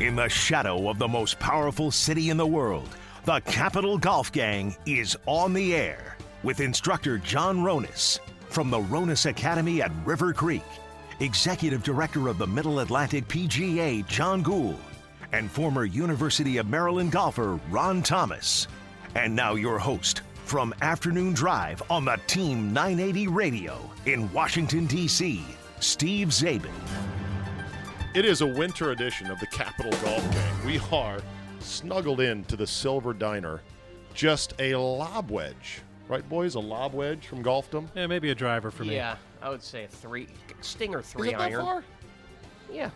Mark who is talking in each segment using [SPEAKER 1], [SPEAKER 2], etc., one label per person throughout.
[SPEAKER 1] In the shadow of the most powerful city in the world, the Capital Golf Gang is on the air with instructor John Ronis from the Ronis Academy at River Creek, Executive Director of the Middle Atlantic PGA, John Gould, and former University of Maryland golfer Ron Thomas. And now your host from Afternoon Drive on the Team 980 Radio in Washington, D.C., Steve Zabin.
[SPEAKER 2] It is a winter edition of the Capital Golf Gang. We are snuggled in to the Silver Diner. Just a lob wedge, right, boys? A lob wedge from golfdom.
[SPEAKER 3] Yeah, maybe a driver for me.
[SPEAKER 4] Yeah, I would say a three stinger
[SPEAKER 2] Is
[SPEAKER 4] three
[SPEAKER 2] it that
[SPEAKER 4] iron.
[SPEAKER 2] far?
[SPEAKER 4] Yeah,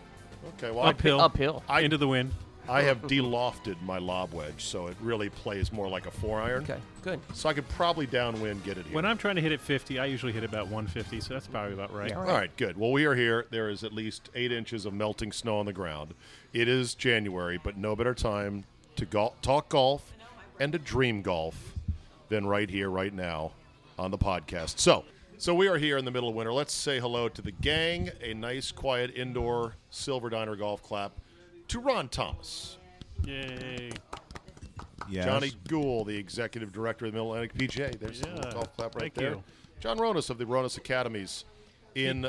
[SPEAKER 2] Okay, well,
[SPEAKER 3] Uphill.
[SPEAKER 4] Uphill.
[SPEAKER 2] I-
[SPEAKER 3] into the wind.
[SPEAKER 2] I, I have delofted my lob wedge, so it really plays more like a four iron.
[SPEAKER 4] okay, good.
[SPEAKER 2] So I could probably downwind get it here.
[SPEAKER 3] When I'm trying to hit it 50, I usually hit about 150, so that's probably about right.
[SPEAKER 2] All right, good. Well, we are here. There is at least eight inches of melting snow on the ground. It is January, but no better time to gol talk golf and to dream golf than right here, right now, on the podcast. So, so we are here in the middle of winter. Let's say hello to the gang. A nice, quiet indoor Silver Diner golf clap to Ron Thomas,
[SPEAKER 3] Yay.
[SPEAKER 5] Yes.
[SPEAKER 2] Johnny Gould, the executive director of the Middle Atlantic PGA. There's a
[SPEAKER 3] Yeah,
[SPEAKER 2] little golf clap right
[SPEAKER 3] thank
[SPEAKER 2] there.
[SPEAKER 3] you.
[SPEAKER 2] John Ronas of the Ronas Academies in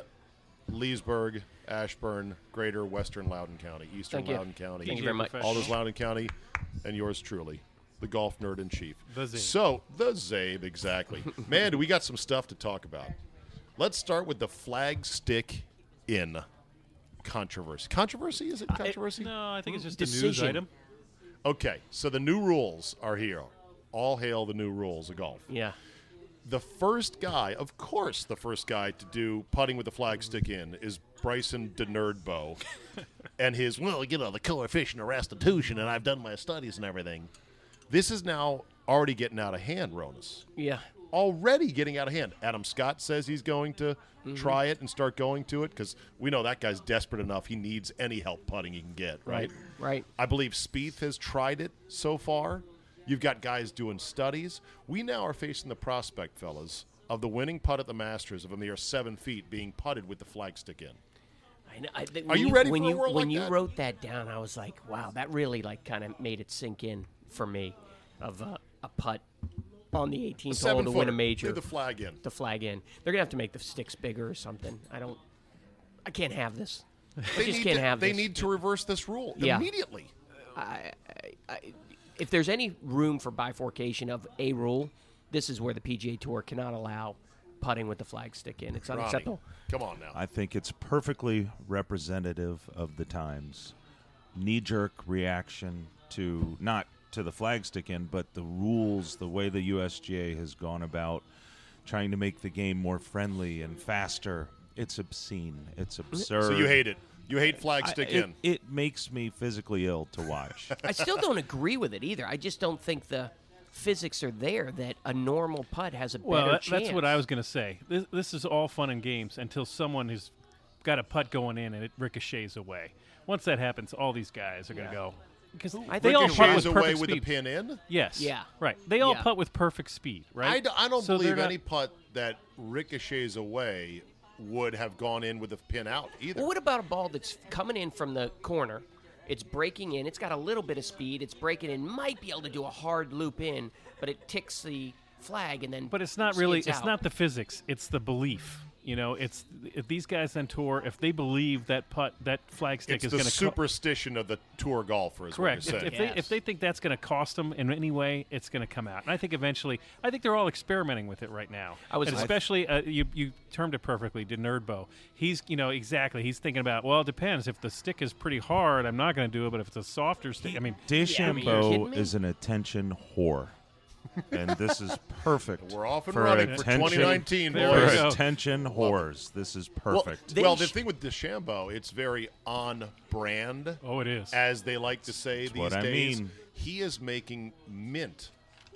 [SPEAKER 2] Leesburg, Ashburn, Greater Western Loudoun County, Eastern
[SPEAKER 4] Thank you.
[SPEAKER 2] Loudoun County.
[SPEAKER 4] Thank you very much.
[SPEAKER 2] All those Loudoun County, and yours truly, the golf nerd in chief.
[SPEAKER 3] The Zabe.
[SPEAKER 2] So the Zabe, exactly. Man, do we got some stuff to talk about? Let's start with the flagstick in controversy. Controversy is it controversy?
[SPEAKER 3] No, I think it's just a news
[SPEAKER 4] Decision.
[SPEAKER 3] item.
[SPEAKER 2] Okay, so the new rules are here. All hail the new rules of golf.
[SPEAKER 4] Yeah,
[SPEAKER 2] The first guy, of course, the first guy to do putting with the flag stick in is Bryson DeNerdbo. and his, well, you know, the coefficient of restitution, and I've done my studies and everything. This is now already getting out of hand, Ronas.
[SPEAKER 4] yeah.
[SPEAKER 2] Already getting out of hand. Adam Scott says he's going to try it and start going to it because we know that guy's desperate enough. He needs any help putting he can get, right?
[SPEAKER 4] Right.
[SPEAKER 2] I believe Spieth has tried it so far. You've got guys doing studies. We now are facing the prospect, fellas, of the winning putt at the Masters of a mere seven feet being putted with the flagstick in.
[SPEAKER 4] I know, I, th-
[SPEAKER 2] Are
[SPEAKER 4] when
[SPEAKER 2] you ready
[SPEAKER 4] when
[SPEAKER 2] for a
[SPEAKER 4] you,
[SPEAKER 2] world
[SPEAKER 4] When
[SPEAKER 2] like
[SPEAKER 4] you
[SPEAKER 2] that?
[SPEAKER 4] wrote that down, I was like, wow, that really like kind of made it sink in for me, of uh, a putt on the 18th hole
[SPEAKER 2] Seven
[SPEAKER 4] to
[SPEAKER 2] foot
[SPEAKER 4] win a major,
[SPEAKER 2] the flag in.
[SPEAKER 4] the flag in. They're gonna have to make the sticks bigger or something. I don't. I can't have this. I just
[SPEAKER 2] need
[SPEAKER 4] can't
[SPEAKER 2] to,
[SPEAKER 4] have
[SPEAKER 2] They
[SPEAKER 4] this.
[SPEAKER 2] need to reverse this rule
[SPEAKER 4] Yeah.
[SPEAKER 2] immediately.
[SPEAKER 4] if there's any room for bifurcation of a rule, this is where the PGA Tour cannot allow putting with the flag stick in. It's
[SPEAKER 2] Ronnie,
[SPEAKER 4] unacceptable.
[SPEAKER 2] come on now.
[SPEAKER 5] I think it's perfectly representative of the times. Knee jerk reaction to not to the flagstick in, but the rules, the way the USGA has gone about trying to make the game more friendly and faster. It's obscene. It's absurd.
[SPEAKER 2] so you hate it. You hate flagstick
[SPEAKER 5] I- it,
[SPEAKER 2] in.
[SPEAKER 5] It makes me physically ill to watch.
[SPEAKER 4] I still don't agree with it either. I just don't think the physics are there that a normal putt has a
[SPEAKER 3] Well,
[SPEAKER 4] better
[SPEAKER 3] that-
[SPEAKER 4] chance.
[SPEAKER 3] that's what I was going to say. This, this is all fun and games until someone who's got a putt going in and it ricochets away. Once that happens, all these guys are going to go. Because
[SPEAKER 4] I
[SPEAKER 3] they
[SPEAKER 4] think
[SPEAKER 3] all
[SPEAKER 4] it
[SPEAKER 3] Oh, putt
[SPEAKER 2] Shays
[SPEAKER 3] with
[SPEAKER 2] away
[SPEAKER 3] perfect
[SPEAKER 2] with
[SPEAKER 3] speed.
[SPEAKER 2] the pin in.
[SPEAKER 3] Yes.
[SPEAKER 4] Yeah.
[SPEAKER 3] Right. They all
[SPEAKER 4] Yeah.
[SPEAKER 3] putt with perfect speed, right?
[SPEAKER 2] I, d- I don't
[SPEAKER 3] So they're
[SPEAKER 2] believe
[SPEAKER 3] not-
[SPEAKER 2] any putt that ricochets away would have gone in with the pin out either.
[SPEAKER 4] Well, what about a ball that's coming in from the corner? It's breaking in. It's got a little bit of speed. It's breaking in. Might be able to do a hard loop in, but it ticks the flag and then.
[SPEAKER 3] But it's not really.
[SPEAKER 4] skids
[SPEAKER 3] It's
[SPEAKER 4] out.
[SPEAKER 3] not the physics. It's the belief. You know, it's if these guys on tour. If they believe that putt, that flag stick
[SPEAKER 2] it's
[SPEAKER 3] is
[SPEAKER 2] the
[SPEAKER 3] going to
[SPEAKER 2] superstition of the tour golfer is
[SPEAKER 3] correct.
[SPEAKER 2] what
[SPEAKER 3] If,
[SPEAKER 2] you're saying.
[SPEAKER 3] if they if they think that's going to cost them in any way, it's going to come out. And I think eventually, I think they're all experimenting with it right now.
[SPEAKER 4] I was-
[SPEAKER 3] and especially uh, you you termed it perfectly, Denerdbo. He's you know exactly. He's thinking about well, it depends. If the stick is pretty hard, I'm not going to do it. But if it's a softer stick, I mean,
[SPEAKER 5] Deschambeau
[SPEAKER 4] kidding me?
[SPEAKER 5] is an attention whore. and this is perfect.
[SPEAKER 2] We're off and running for 2019,
[SPEAKER 5] for
[SPEAKER 3] boys. There we go.
[SPEAKER 5] attention whores. This is perfect.
[SPEAKER 2] Well, well,
[SPEAKER 4] They
[SPEAKER 2] the
[SPEAKER 4] sh-
[SPEAKER 2] thing with DeChambeau, it's very on brand,
[SPEAKER 3] oh, it is.
[SPEAKER 2] as they like to say these
[SPEAKER 5] what I
[SPEAKER 2] days.
[SPEAKER 5] mean.
[SPEAKER 2] He is making mint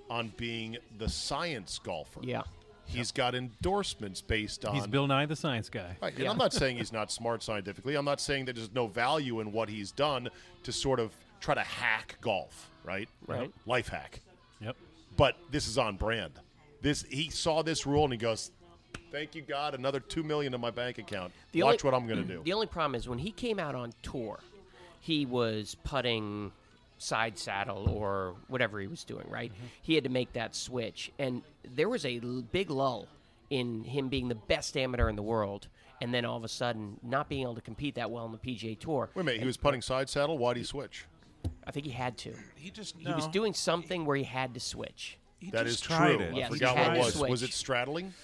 [SPEAKER 2] on being the science golfer.
[SPEAKER 4] Yeah.
[SPEAKER 2] he's got endorsements based on.
[SPEAKER 3] He's Bill Nye the Science Guy.
[SPEAKER 2] Right, And I'm not saying he's not smart scientifically. I'm not saying that there's no value in what he's done to sort of try to hack golf, right?
[SPEAKER 4] Right.
[SPEAKER 2] Life hack.
[SPEAKER 3] Yep.
[SPEAKER 2] but this is on brand. This he saw this rule and he goes, "Thank you God, another two million in my bank account.
[SPEAKER 4] The
[SPEAKER 2] Watch
[SPEAKER 4] only-
[SPEAKER 2] what I'm going to do."
[SPEAKER 4] The only problem is when he came out on tour, he was putting side saddle or whatever he was doing, right?
[SPEAKER 2] Mm-hmm.
[SPEAKER 4] He had to make that switch. And there was a l- big lull in him being the best amateur in the world and then all of a sudden not being able to compete that well in the PGA Tour.
[SPEAKER 2] Wait a minute, he was putting side saddle. Why'd he switch?
[SPEAKER 4] I think he had to.
[SPEAKER 5] He just
[SPEAKER 4] He was doing something where he had to switch.
[SPEAKER 2] That is
[SPEAKER 5] just
[SPEAKER 2] true.
[SPEAKER 5] tried it.
[SPEAKER 2] I
[SPEAKER 4] Yes, he
[SPEAKER 2] forgot what
[SPEAKER 4] had
[SPEAKER 2] it
[SPEAKER 4] to
[SPEAKER 2] was. Was
[SPEAKER 4] switch.
[SPEAKER 2] it straddling?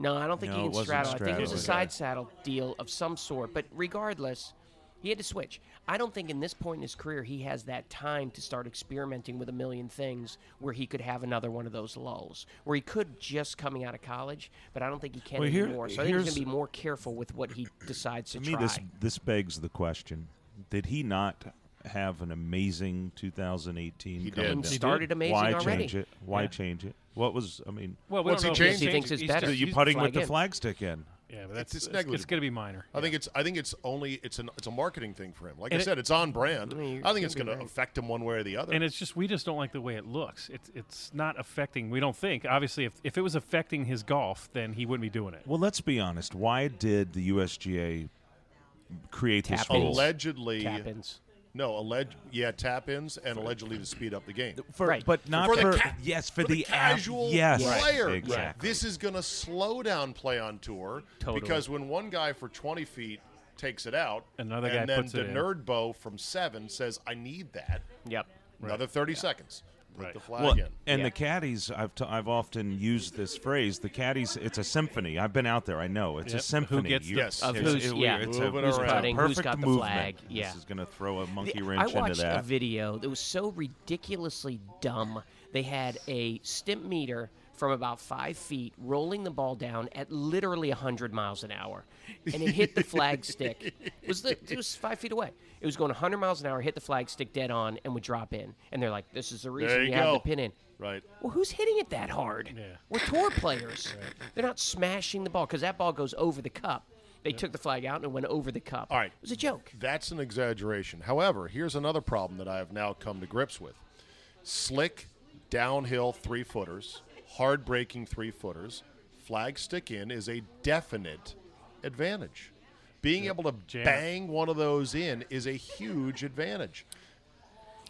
[SPEAKER 4] No, I don't think
[SPEAKER 5] No,
[SPEAKER 4] he
[SPEAKER 5] it
[SPEAKER 4] can
[SPEAKER 5] wasn't
[SPEAKER 4] straddle. I think there's a
[SPEAKER 5] straddle.
[SPEAKER 4] side saddle deal of some sort. But regardless, he had to switch. I don't think in this point in his career he has that time to start experimenting with a million things where he could have another one of those lulls, where he could just coming out of college, but I don't think he can
[SPEAKER 5] Well, here-
[SPEAKER 4] anymore. So I think he's
[SPEAKER 5] here's-
[SPEAKER 4] going to be more careful with what he decides to,
[SPEAKER 5] to me,
[SPEAKER 4] try.
[SPEAKER 5] this this begs the question: Did he not have an amazing 2018?
[SPEAKER 2] He
[SPEAKER 5] coming
[SPEAKER 2] did.
[SPEAKER 5] down?
[SPEAKER 4] He started amazing
[SPEAKER 5] Why
[SPEAKER 4] already.
[SPEAKER 5] change it? Why
[SPEAKER 3] Yeah.
[SPEAKER 5] change it? What was? I mean,
[SPEAKER 3] Well, we
[SPEAKER 2] What's
[SPEAKER 3] don't
[SPEAKER 2] he
[SPEAKER 3] know if
[SPEAKER 2] changed?
[SPEAKER 3] he's
[SPEAKER 2] He
[SPEAKER 4] thinks
[SPEAKER 3] changed.
[SPEAKER 4] it's better.
[SPEAKER 3] He's-
[SPEAKER 5] you
[SPEAKER 4] he's
[SPEAKER 5] putting with
[SPEAKER 4] flagging.
[SPEAKER 5] the flag stick in?
[SPEAKER 3] Yeah, but
[SPEAKER 2] It's- it's
[SPEAKER 3] that's it's, it's
[SPEAKER 2] negligible.
[SPEAKER 3] going to be minor.
[SPEAKER 2] I think it's. I think it's only. It's an. It's a marketing thing for him. Like I
[SPEAKER 3] And it-
[SPEAKER 2] said, it's on brand.
[SPEAKER 4] mean, you
[SPEAKER 2] I think
[SPEAKER 4] could
[SPEAKER 2] it's
[SPEAKER 4] be
[SPEAKER 2] going to
[SPEAKER 4] right.
[SPEAKER 2] affect him one way or the other.
[SPEAKER 3] And it's just we just don't like the way it looks. It's it's not affecting. We don't think. Obviously, if if it was affecting his golf, then he wouldn't be doing it.
[SPEAKER 5] Well, let's be honest. Why did the USGA create this
[SPEAKER 4] Tap in.
[SPEAKER 5] rule?
[SPEAKER 2] allegedly,
[SPEAKER 4] Tap-ins.
[SPEAKER 2] no, alleged. Yeah, tap ins and allegedly to speed up the game.
[SPEAKER 5] for,
[SPEAKER 4] Right.
[SPEAKER 5] but not
[SPEAKER 2] for
[SPEAKER 5] for,
[SPEAKER 2] the ca-
[SPEAKER 5] yes for,
[SPEAKER 2] for the,
[SPEAKER 5] app-
[SPEAKER 2] casual
[SPEAKER 5] yes,
[SPEAKER 2] player.
[SPEAKER 5] exactly.
[SPEAKER 2] This is going to slow down play on tour
[SPEAKER 4] Totally.
[SPEAKER 2] because when one guy for 20 feet takes it out,
[SPEAKER 3] Another
[SPEAKER 2] and
[SPEAKER 3] guy
[SPEAKER 2] then
[SPEAKER 3] puts
[SPEAKER 2] the
[SPEAKER 3] it in.
[SPEAKER 2] nerd bow from seven says, "I need that."
[SPEAKER 4] Yep.
[SPEAKER 2] Another 30 seconds. Put
[SPEAKER 3] Right.
[SPEAKER 2] the flag
[SPEAKER 5] Well,
[SPEAKER 2] in.
[SPEAKER 5] and the caddies, I've t- I've often used this phrase. The caddies, it's a symphony. I've been out there. I know
[SPEAKER 3] Yep.
[SPEAKER 5] it's a
[SPEAKER 3] Who
[SPEAKER 5] symphony.
[SPEAKER 3] gets
[SPEAKER 5] You're-
[SPEAKER 2] the- Yes. Of
[SPEAKER 5] it's-
[SPEAKER 4] who's-
[SPEAKER 5] it-
[SPEAKER 4] yeah.
[SPEAKER 5] it's a,
[SPEAKER 2] Moving
[SPEAKER 5] it's a
[SPEAKER 2] around.
[SPEAKER 4] putting, who's
[SPEAKER 5] perfect
[SPEAKER 4] got the
[SPEAKER 5] movement.
[SPEAKER 4] flag, yeah.
[SPEAKER 5] This is going to throw a monkey
[SPEAKER 4] The-
[SPEAKER 5] wrench
[SPEAKER 4] I watched
[SPEAKER 5] into that.
[SPEAKER 4] a video that was so ridiculously dumb. They had a stimp meter from about five feet rolling the ball down at literally 100 miles an hour. And it hit the flag stick. It was, the, it was five feet away. It was going 100 miles an hour, hit the flag stick dead on, and would drop in. And they're like, this is the reason
[SPEAKER 2] There
[SPEAKER 4] we
[SPEAKER 2] you
[SPEAKER 4] have
[SPEAKER 2] go.
[SPEAKER 4] the pin in.
[SPEAKER 2] Right.
[SPEAKER 4] Well, who's hitting it that hard?
[SPEAKER 3] Yeah.
[SPEAKER 4] We're tour players. They're not smashing the ball because that ball goes over the cup. They took the flag out and it went over the cup.
[SPEAKER 2] All right.
[SPEAKER 4] It was a joke.
[SPEAKER 2] That's an exaggeration. However, here's another problem that I have now come to grips with slick downhill three footers, hard breaking three footers, flag stick in is a definite advantage. Being able to
[SPEAKER 3] Jam it.
[SPEAKER 2] bang one of those in is a huge advantage.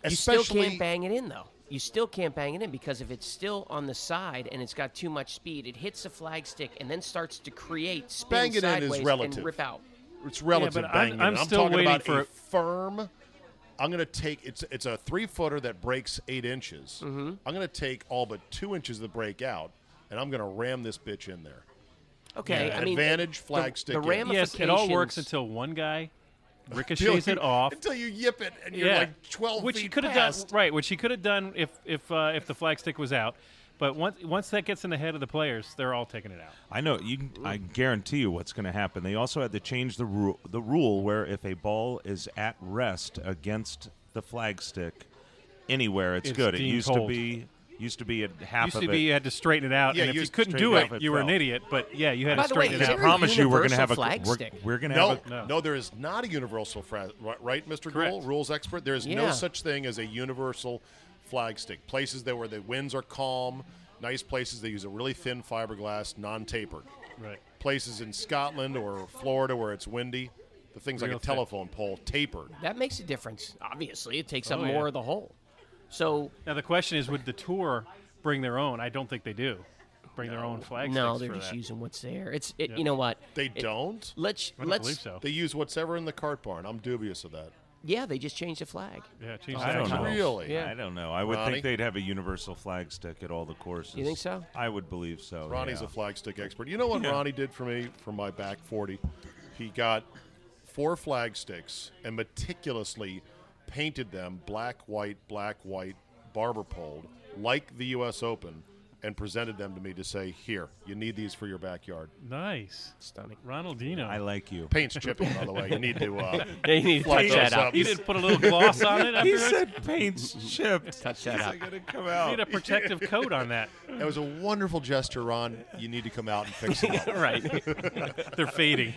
[SPEAKER 4] You still can't bang it in though. You still can't bang it in because if it's still on the side and it's got too much speed, it hits the flag stick and then starts to create spin
[SPEAKER 2] Bang it in is
[SPEAKER 4] sideways
[SPEAKER 2] relative.
[SPEAKER 4] and rip out.
[SPEAKER 2] It's relative
[SPEAKER 3] but I'm-
[SPEAKER 2] banging.
[SPEAKER 3] I'm
[SPEAKER 2] I'm,
[SPEAKER 3] still
[SPEAKER 2] talking
[SPEAKER 3] waiting
[SPEAKER 2] about
[SPEAKER 3] for
[SPEAKER 2] a
[SPEAKER 3] a-
[SPEAKER 2] firm. I'm going to take it's it's a three footer that breaks eight inches.
[SPEAKER 3] Mm-hmm.
[SPEAKER 2] I'm going to take all but two inches of the break out, and I'm going to ram this bitch in there.
[SPEAKER 4] Okay,
[SPEAKER 2] Yeah,
[SPEAKER 4] I mean
[SPEAKER 2] advantage, flag
[SPEAKER 4] the,
[SPEAKER 2] stick
[SPEAKER 4] The
[SPEAKER 2] in.
[SPEAKER 3] Yes, it all works
[SPEAKER 4] ramifications-
[SPEAKER 3] until one guy ricochets it off.
[SPEAKER 2] until you yip it, and you're like twelve
[SPEAKER 3] which he
[SPEAKER 2] feet
[SPEAKER 3] could have done
[SPEAKER 2] past.
[SPEAKER 3] right which he could have done if if uh, if the flag stick was out but once once that gets in the head of the players they're all taking it out
[SPEAKER 5] I know you. can- I guarantee you what's going to happen. They also had to change the rule. The rule where if a ball is at rest against the flag stick anywhere, it's,
[SPEAKER 3] It's
[SPEAKER 5] good. It
[SPEAKER 3] deemed
[SPEAKER 5] used
[SPEAKER 3] hold.
[SPEAKER 5] to be used to be at half
[SPEAKER 3] used
[SPEAKER 5] of
[SPEAKER 3] to be
[SPEAKER 5] it.
[SPEAKER 3] you had to straighten it out
[SPEAKER 2] Yeah,
[SPEAKER 3] and if
[SPEAKER 2] you
[SPEAKER 3] you couldn't
[SPEAKER 5] straighten
[SPEAKER 3] do
[SPEAKER 5] it
[SPEAKER 3] it
[SPEAKER 5] out if it
[SPEAKER 3] you were an
[SPEAKER 5] fell.
[SPEAKER 3] idiot but yeah you had
[SPEAKER 4] By
[SPEAKER 3] to
[SPEAKER 4] the way,
[SPEAKER 3] straighten
[SPEAKER 4] is
[SPEAKER 3] it
[SPEAKER 5] I
[SPEAKER 3] out
[SPEAKER 4] there a
[SPEAKER 5] promise you, we're going to
[SPEAKER 4] universal
[SPEAKER 5] have a.
[SPEAKER 4] flag
[SPEAKER 5] we're,
[SPEAKER 4] stick?
[SPEAKER 5] we're going to
[SPEAKER 2] No,
[SPEAKER 5] have a.
[SPEAKER 2] no,
[SPEAKER 3] No.
[SPEAKER 2] there is not a universal flag, right, Mr.
[SPEAKER 3] Correct.
[SPEAKER 2] Gruel, rules expert? There is no
[SPEAKER 4] Yeah.
[SPEAKER 2] such thing as a universal flag stick. Places that where the winds are calm, nice places they use a really thin fiberglass, non-tapered.
[SPEAKER 3] right
[SPEAKER 2] Places in Scotland or Florida where it's windy, the things like
[SPEAKER 3] Real
[SPEAKER 2] a
[SPEAKER 3] thin.
[SPEAKER 2] telephone pole, tapered.
[SPEAKER 4] That makes a difference. Obviously, it takes up
[SPEAKER 3] Oh, yeah.
[SPEAKER 4] more of the hole. So
[SPEAKER 3] now the question is would the tour bring their own i don't think they do bring their own flag
[SPEAKER 4] no,
[SPEAKER 3] sticks
[SPEAKER 4] they're
[SPEAKER 3] for
[SPEAKER 4] just
[SPEAKER 3] that.
[SPEAKER 4] using what's there. It's it, you know what
[SPEAKER 2] They
[SPEAKER 4] It-
[SPEAKER 2] don't.
[SPEAKER 4] Let's
[SPEAKER 3] i don't
[SPEAKER 4] let's
[SPEAKER 3] believe so
[SPEAKER 2] They use what's ever in the cart barn. I'm dubious of that.
[SPEAKER 4] yeah, they just changed the flag.
[SPEAKER 3] yeah change
[SPEAKER 5] I
[SPEAKER 3] that
[SPEAKER 5] don't
[SPEAKER 3] to
[SPEAKER 5] know.
[SPEAKER 2] Really?
[SPEAKER 4] Yeah.
[SPEAKER 5] I don't know. I would
[SPEAKER 2] Ronnie?
[SPEAKER 5] think they'd have a universal flag stick at all the courses.
[SPEAKER 4] You think so?
[SPEAKER 5] I would believe so.
[SPEAKER 2] Ronnie's
[SPEAKER 5] yeah.
[SPEAKER 2] a flag stick expert. You know what Ronnie did for me for my back 40? He got four flag sticks and meticulously painted them black, white, black, white, barber pole, like the U.S. Open, and presented them to me to say, here, you need these for your backyard.
[SPEAKER 3] nice
[SPEAKER 4] Stunning.
[SPEAKER 3] ronaldino
[SPEAKER 5] I like you.
[SPEAKER 2] Paint's chipping, by the way. You need to uh,
[SPEAKER 4] They need to
[SPEAKER 2] Flag
[SPEAKER 4] touch
[SPEAKER 2] those
[SPEAKER 4] that
[SPEAKER 2] up.
[SPEAKER 4] up.
[SPEAKER 3] you didn't put a little gloss on it
[SPEAKER 5] He
[SPEAKER 3] afterwards?
[SPEAKER 5] said paint's chipped.
[SPEAKER 4] Touch that
[SPEAKER 5] Is
[SPEAKER 4] up.
[SPEAKER 5] it going to come
[SPEAKER 3] you
[SPEAKER 5] out?
[SPEAKER 3] need a protective coat on that
[SPEAKER 2] That was a wonderful gesture, Ron. You need to come out and fix it up.
[SPEAKER 3] right they're fading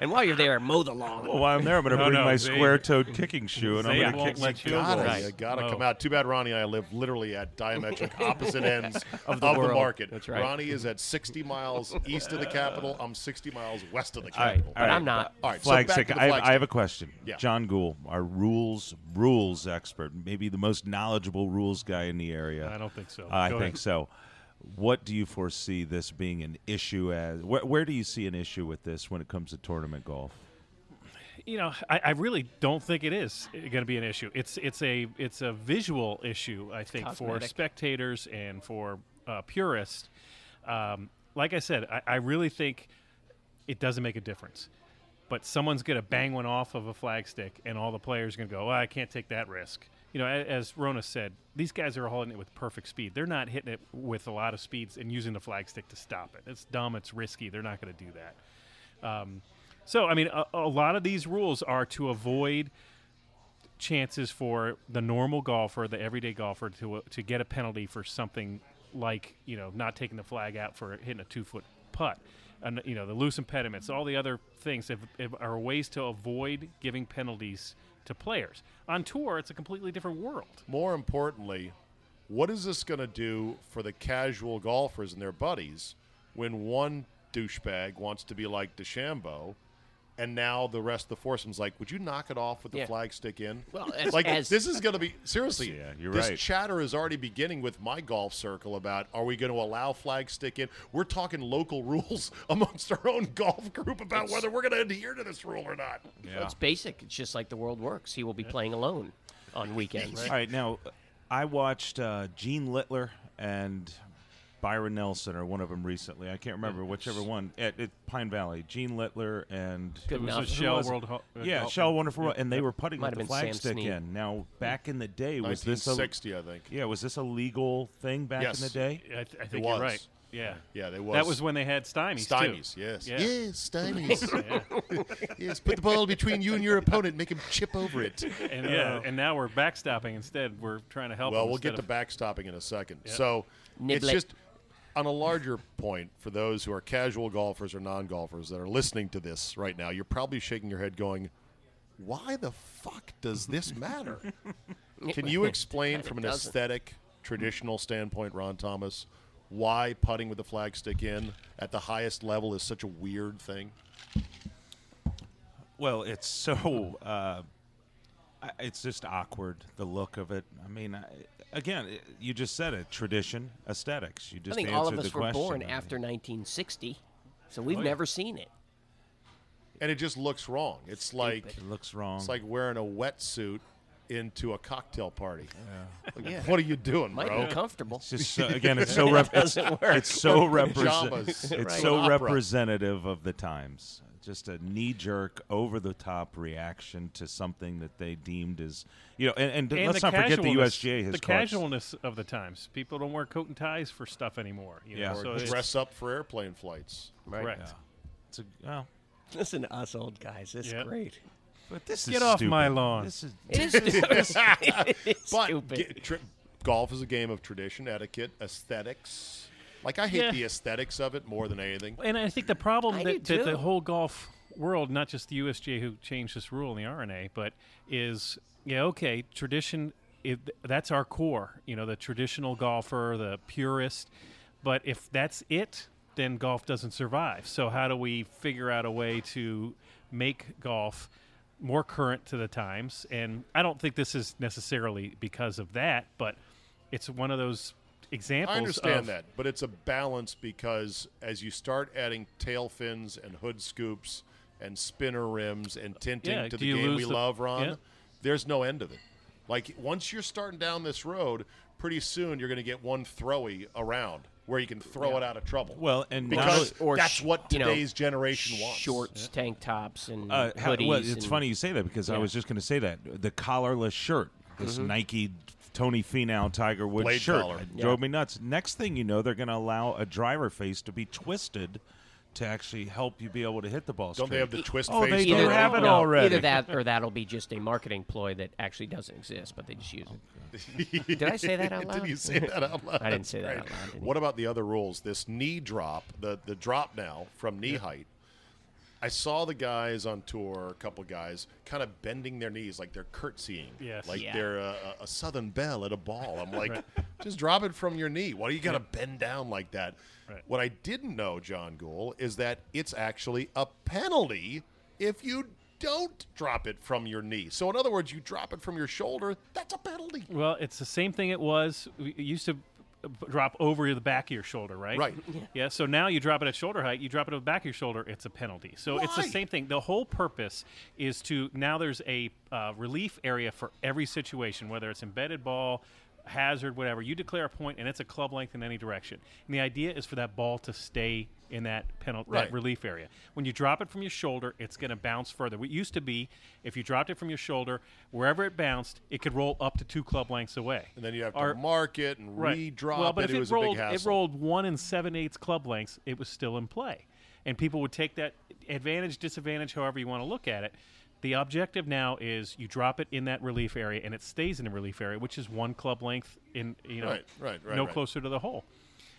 [SPEAKER 4] and while you're there, mow the lawn.
[SPEAKER 5] Well, while I'm there, I'm going to
[SPEAKER 3] No,
[SPEAKER 5] bring
[SPEAKER 3] no,
[SPEAKER 5] my
[SPEAKER 3] they-
[SPEAKER 5] square-toed kicking shoe, and I'm
[SPEAKER 3] they
[SPEAKER 5] going to
[SPEAKER 3] won't
[SPEAKER 5] kick some
[SPEAKER 3] let you
[SPEAKER 5] field
[SPEAKER 2] Gotta,
[SPEAKER 5] goals.
[SPEAKER 4] Right.
[SPEAKER 2] You gotta
[SPEAKER 3] Whoa.
[SPEAKER 2] come out. Too bad Ronnie and I live literally at diametric opposite ends of the,
[SPEAKER 4] world.
[SPEAKER 2] market.
[SPEAKER 4] That's right.
[SPEAKER 2] Ronnie is at 60 miles east of the Capitol. I'm 60 miles west of the
[SPEAKER 5] All right,
[SPEAKER 2] Capitol.
[SPEAKER 5] all right.
[SPEAKER 4] I'm not.
[SPEAKER 2] All right, so
[SPEAKER 5] Flag
[SPEAKER 2] back
[SPEAKER 5] stick.
[SPEAKER 2] to the
[SPEAKER 5] I,
[SPEAKER 2] flag
[SPEAKER 5] I have a question.
[SPEAKER 2] Yeah.
[SPEAKER 5] John Gould, our rules rules expert, maybe the most knowledgeable rules guy in the area.
[SPEAKER 3] I don't think so.
[SPEAKER 5] I
[SPEAKER 3] Go
[SPEAKER 5] think
[SPEAKER 3] ahead.
[SPEAKER 5] so. What do you foresee this being an issue as? Where, where do you see an issue with this when it comes to tournament golf?
[SPEAKER 3] You know, I, I really don't think it is going to be an issue. It's it's a it's a visual issue. I think for
[SPEAKER 4] cosmetic.
[SPEAKER 3] spectators and for uh, purists. Um, like I said, I, I really think it doesn't make a difference. But someone's going to bang one off of a flag stick, and all the players are going to go, oh, I can't take that risk. You know, a- as Rona said, these guys are hauling it with perfect speed. They're not hitting it with a lot of speeds and using the flag stick to stop it. It's dumb. It's risky. They're not going to do that. Um, so, I mean, a, a lot of these rules are to avoid chances for the normal golfer, the everyday golfer, to uh, to get a penalty for something like you know not taking the flag out for hitting a two foot putt, and you know the loose impediments, all the other things have, have- are ways to avoid giving penalties to players. On tour, it's a completely different world.
[SPEAKER 2] More importantly, what is this going to do for the casual golfers and their buddies when one douchebag wants to be like DeChambeau, and now the rest of the foursome's like, "Would you knock it off with the
[SPEAKER 4] Yeah.
[SPEAKER 2] flag stick in?"
[SPEAKER 4] Well, as-
[SPEAKER 2] like
[SPEAKER 4] as-
[SPEAKER 2] this is going to be seriously.
[SPEAKER 5] Yeah, you're
[SPEAKER 2] this
[SPEAKER 5] right.
[SPEAKER 2] chatter is already beginning with my golf circle about are we going to allow flag stick in? We're talking local rules amongst our own golf group about whether we're going to adhere to this rule or not.
[SPEAKER 5] Yeah.
[SPEAKER 4] It's basic. It's just like the world works. He will be playing alone on weekends.
[SPEAKER 5] All right, now I watched uh, Gene Littler and Byron Nelson, or one of them recently. I can't remember whichever one at, at Pine Valley. Gene Littler and
[SPEAKER 4] Good
[SPEAKER 3] It was
[SPEAKER 4] enough.
[SPEAKER 3] a shell
[SPEAKER 5] was it?
[SPEAKER 3] world. Ho- uh,
[SPEAKER 5] yeah,
[SPEAKER 3] golf-
[SPEAKER 5] Shell Wonderful, World, and they were putting
[SPEAKER 4] Might
[SPEAKER 5] with the
[SPEAKER 4] have been Sam
[SPEAKER 5] flag stick
[SPEAKER 4] Snead.
[SPEAKER 5] in. Now, back in the day, was this a
[SPEAKER 2] 1960, I think.
[SPEAKER 5] yeah? Was this a legal thing back
[SPEAKER 2] Yes.
[SPEAKER 5] in the day?
[SPEAKER 3] I, th- I think you're
[SPEAKER 2] was.
[SPEAKER 3] right. Yeah.
[SPEAKER 2] Yeah, they
[SPEAKER 3] That was when they had stymies. too.
[SPEAKER 2] Stymies, yes.
[SPEAKER 3] Yeah.
[SPEAKER 2] Yes, stymies. yes, put the ball between you and your opponent. Make him chip over it.
[SPEAKER 3] And, yeah, and now we're backstopping instead. We're trying to help.
[SPEAKER 2] Well,
[SPEAKER 3] them
[SPEAKER 2] we'll
[SPEAKER 3] instead
[SPEAKER 2] get to
[SPEAKER 3] of-
[SPEAKER 2] backstopping in a second. So it's
[SPEAKER 4] Niblet.
[SPEAKER 2] just on a larger point for those who are casual golfers or non golfers that are listening to this right now, you're probably shaking your head going, why the fuck does this matter? Can you explain from an
[SPEAKER 4] doesn't.
[SPEAKER 2] aesthetic, traditional standpoint, Ron Thomas, why putting with the flag stick in at the highest level is such a weird thing?
[SPEAKER 5] Well, it's so uh, I- it's just awkward the look of it. I mean, I, again, i you just said it: tradition, aesthetics. You
[SPEAKER 4] I
[SPEAKER 5] just
[SPEAKER 4] think
[SPEAKER 5] answered
[SPEAKER 4] all of
[SPEAKER 5] the
[SPEAKER 4] us were
[SPEAKER 5] question.
[SPEAKER 4] born
[SPEAKER 5] I mean,
[SPEAKER 4] after 1960, so
[SPEAKER 2] Oh,
[SPEAKER 4] we've never seen it.
[SPEAKER 2] And it just looks wrong. It's like
[SPEAKER 5] It looks wrong.
[SPEAKER 2] It's like wearing a wetsuit into a cocktail party. Like, What are you doing,
[SPEAKER 4] Might
[SPEAKER 2] bro?
[SPEAKER 4] be comfortable.
[SPEAKER 5] it's just so, again, it's so rep- it's, it's so represent-
[SPEAKER 2] pajamas.
[SPEAKER 5] it's
[SPEAKER 2] Right.
[SPEAKER 5] so
[SPEAKER 2] Opera.
[SPEAKER 5] representative of the times. Just a knee jerk, over the top reaction to something that they deemed as you know. And, and,
[SPEAKER 3] And
[SPEAKER 5] let's
[SPEAKER 3] the
[SPEAKER 5] not forget the
[SPEAKER 3] casualness-
[SPEAKER 5] USGA has
[SPEAKER 3] the
[SPEAKER 5] caught-
[SPEAKER 3] casualness of the times. People don't wear coat and ties for stuff anymore. you know,
[SPEAKER 5] Yeah. Or
[SPEAKER 3] so it's-
[SPEAKER 2] Dress up for airplane flights.
[SPEAKER 3] correct.
[SPEAKER 5] It's a, well,
[SPEAKER 4] Listen to us old guys. It's
[SPEAKER 3] Yeah.
[SPEAKER 4] great.
[SPEAKER 5] but this is
[SPEAKER 3] Get off
[SPEAKER 5] stupid.
[SPEAKER 3] my lawn.
[SPEAKER 5] This is
[SPEAKER 4] It is stupid. It is
[SPEAKER 2] But
[SPEAKER 4] stupid.
[SPEAKER 2] get- tri- golf is a game of tradition, etiquette, aesthetics. Like I hate
[SPEAKER 3] Yeah.
[SPEAKER 2] the aesthetics of it more than anything.
[SPEAKER 3] And I think the problem
[SPEAKER 4] I
[SPEAKER 3] that,
[SPEAKER 4] do
[SPEAKER 3] that the
[SPEAKER 4] too.
[SPEAKER 3] whole golf world, not just the USGA who changed this rule in the RNA, but is yeah, okay, tradition. It, that's our core. You know, the traditional golfer, the purist. But if that's it, then golf doesn't survive. So how do we figure out a way to make golf more current to the times? And I don't think this is necessarily because of that, but it's one of those examples.
[SPEAKER 2] I
[SPEAKER 3] of-
[SPEAKER 2] understand that, but it's a balance because as you start adding tail fins and hood scoops and spinner rims and tinting
[SPEAKER 3] Yeah,
[SPEAKER 2] to
[SPEAKER 3] do
[SPEAKER 2] the
[SPEAKER 3] you
[SPEAKER 2] game
[SPEAKER 3] lose
[SPEAKER 2] we
[SPEAKER 3] the-
[SPEAKER 2] love, Ron,
[SPEAKER 3] yeah.
[SPEAKER 2] there's no end of it. Like once you're starting down this road, pretty soon you're going to get one throwy around where you can throw it out of trouble.
[SPEAKER 5] Well, and not
[SPEAKER 2] because
[SPEAKER 5] only-
[SPEAKER 4] Or
[SPEAKER 2] that's
[SPEAKER 4] sh-
[SPEAKER 2] what
[SPEAKER 4] you know,
[SPEAKER 2] today's generation wants.
[SPEAKER 4] Shorts, tank tops, and
[SPEAKER 5] Uh,
[SPEAKER 4] hoodies.
[SPEAKER 5] how- well, it's
[SPEAKER 4] and-
[SPEAKER 5] funny you say that because I was just going to say that the collarless shirt, this
[SPEAKER 4] Mm-hmm.
[SPEAKER 5] Nike Tony Finau Tiger Woods
[SPEAKER 2] Blade
[SPEAKER 5] shirt,
[SPEAKER 2] collar.
[SPEAKER 5] it drove me nuts. Next thing you know, they're going to allow a driver face to be twisted to actually help you be able to hit the ball.
[SPEAKER 2] Don't they
[SPEAKER 5] straight.
[SPEAKER 2] have the twist
[SPEAKER 5] Oh,
[SPEAKER 2] face?
[SPEAKER 5] they do
[SPEAKER 2] already?
[SPEAKER 5] have it
[SPEAKER 4] no,
[SPEAKER 5] already.
[SPEAKER 4] Either that, or that'll be just a marketing ploy that actually doesn't exist, but they just use it. Did I say that out loud?
[SPEAKER 2] Did you say that out loud?
[SPEAKER 4] I didn't say that
[SPEAKER 2] Right.
[SPEAKER 4] out loud. did I?
[SPEAKER 2] What about the other rules? This knee drop, the the drop now from knee height. I saw the guys on tour, a couple guys, kind of bending their knees like they're curtsying.
[SPEAKER 3] Yes.
[SPEAKER 2] Like
[SPEAKER 4] Yeah.
[SPEAKER 2] they're a, a Southern Belle at a ball. I'm like, just drop it from your knee. Why do you got to bend down like that?
[SPEAKER 3] Right.
[SPEAKER 2] What I didn't know, John Gould, is that it's actually a penalty if you don't drop it from your knee. So, in other words, you drop it from your shoulder, that's a penalty.
[SPEAKER 3] Well, it's the same thing it was. It used to drop over the back of your shoulder, right?
[SPEAKER 2] Right.
[SPEAKER 3] Yeah. So now you drop it at shoulder height. You drop it at the back of your shoulder. It's a penalty. So it's the
[SPEAKER 2] Why?
[SPEAKER 3] same thing. The whole purpose is to now there's a uh, relief area for every situation, whether it's embedded ball. Hazard, whatever you declare a point, and it's a club length in any direction. And the idea is for that ball to stay in that penalty,
[SPEAKER 2] Right.
[SPEAKER 3] that relief area. When you drop it from your shoulder, it's going to bounce further. What used to be, if you dropped it from your shoulder, wherever it bounced, it could roll up to two club lengths away.
[SPEAKER 2] And then you have to
[SPEAKER 3] Our-
[SPEAKER 2] mark it and
[SPEAKER 3] Right.
[SPEAKER 2] re-drop
[SPEAKER 3] well,
[SPEAKER 2] it.
[SPEAKER 3] but if
[SPEAKER 2] it
[SPEAKER 3] it
[SPEAKER 2] was
[SPEAKER 3] rolled,
[SPEAKER 2] a big hassle.
[SPEAKER 3] It rolled one and seven eighths club lengths. It was still in play, and people would take that advantage, disadvantage, however you want to look at it. The objective now is you drop it in that relief area, and it stays in the relief area, which is one club length in you know,
[SPEAKER 2] Right, right, right,
[SPEAKER 3] no
[SPEAKER 2] right.
[SPEAKER 3] closer to the hole.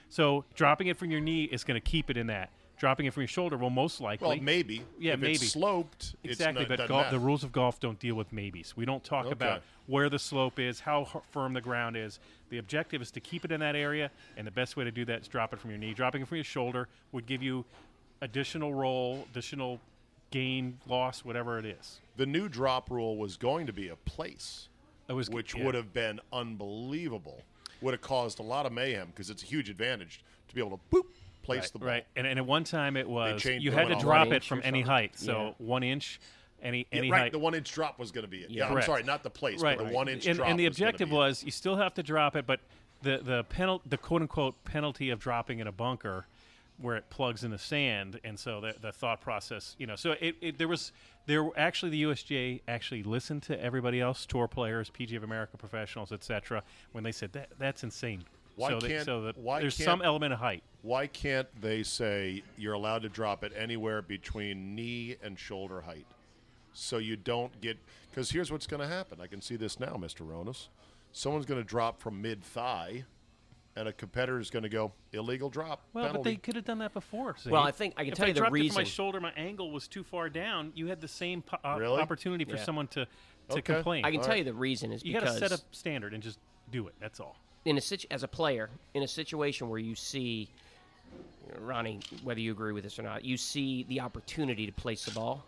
[SPEAKER 3] So dropping it from your knee is going to keep it in that. Dropping it from your shoulder will most likely.
[SPEAKER 2] Well, maybe.
[SPEAKER 3] Yeah,
[SPEAKER 2] if
[SPEAKER 3] maybe.
[SPEAKER 2] It's sloped. it's
[SPEAKER 3] Exactly,
[SPEAKER 2] not-
[SPEAKER 3] but
[SPEAKER 2] doesn't
[SPEAKER 3] golf,
[SPEAKER 2] matter.
[SPEAKER 3] the rules of golf don't deal with maybes. We don't talk
[SPEAKER 2] Okay.
[SPEAKER 3] about where the slope is, how h- firm the ground is. The objective is to keep it in that area, and the best way to do that is drop it from your knee. Dropping it from your shoulder would give you additional roll, additional gain, loss, whatever it is.
[SPEAKER 2] the new drop rule was going to be a place,
[SPEAKER 3] It was
[SPEAKER 2] which
[SPEAKER 3] yeah.
[SPEAKER 2] would have been unbelievable. Would have caused a lot of mayhem because it's a huge advantage to be able to boop place
[SPEAKER 3] right,
[SPEAKER 2] the ball.
[SPEAKER 3] right. And, and at one time it was
[SPEAKER 2] changed
[SPEAKER 3] you
[SPEAKER 2] the
[SPEAKER 3] had
[SPEAKER 2] one
[SPEAKER 3] to
[SPEAKER 2] on
[SPEAKER 3] drop
[SPEAKER 4] one
[SPEAKER 3] it
[SPEAKER 4] inch
[SPEAKER 3] from
[SPEAKER 4] or
[SPEAKER 3] any
[SPEAKER 4] something.
[SPEAKER 3] height, so
[SPEAKER 4] Yeah.
[SPEAKER 3] one inch, any
[SPEAKER 2] Yeah,
[SPEAKER 3] any
[SPEAKER 2] right,
[SPEAKER 3] height.
[SPEAKER 2] the one inch drop was going to be it. Yeah, I'm
[SPEAKER 3] Correct.
[SPEAKER 2] sorry, not the place,
[SPEAKER 3] right.
[SPEAKER 2] but the one inch
[SPEAKER 3] and,
[SPEAKER 2] drop.
[SPEAKER 3] and the
[SPEAKER 2] was gonna
[SPEAKER 3] objective
[SPEAKER 2] be it.
[SPEAKER 3] was you still have to drop it, but the the penal the quote unquote penalty of dropping in a bunker where it plugs in the sand, and so the, the thought process, you know, so it, it there was there were- actually the USGA actually listened to everybody else, tour players, PG of America professionals, etc. When they said that that's insane.
[SPEAKER 2] Why
[SPEAKER 3] so they-
[SPEAKER 2] can't-
[SPEAKER 3] so the,
[SPEAKER 2] why
[SPEAKER 3] there's
[SPEAKER 2] can't-
[SPEAKER 3] some element of height.
[SPEAKER 2] Why can't they say you're allowed to drop it anywhere between knee and shoulder height? So you don't get. Because here's what's going to happen. I can see this now, Mr. Ronas. Someone's going to drop from mid thigh, and a competitor's going to go, illegal drop.
[SPEAKER 3] Well, but
[SPEAKER 2] penalty.
[SPEAKER 3] they could have done that before. see?
[SPEAKER 4] Well, I think I can
[SPEAKER 3] if
[SPEAKER 4] tell
[SPEAKER 3] I
[SPEAKER 4] you the
[SPEAKER 3] dropped It from my
[SPEAKER 4] reason.
[SPEAKER 3] shoulder, my angle was too far down. You had the same po- op-
[SPEAKER 2] Really?
[SPEAKER 3] opportunity for
[SPEAKER 4] Yeah.
[SPEAKER 3] someone to, to
[SPEAKER 2] Okay.
[SPEAKER 3] complain.
[SPEAKER 4] I can
[SPEAKER 2] All
[SPEAKER 4] tell
[SPEAKER 2] right.
[SPEAKER 4] you the reason is
[SPEAKER 3] you got to
[SPEAKER 4] because
[SPEAKER 3] set a standard and just do it. That's all.
[SPEAKER 4] in a situ- as a player in a situation where you see Ronnie, whether you agree with this or not, you see the opportunity to place the ball.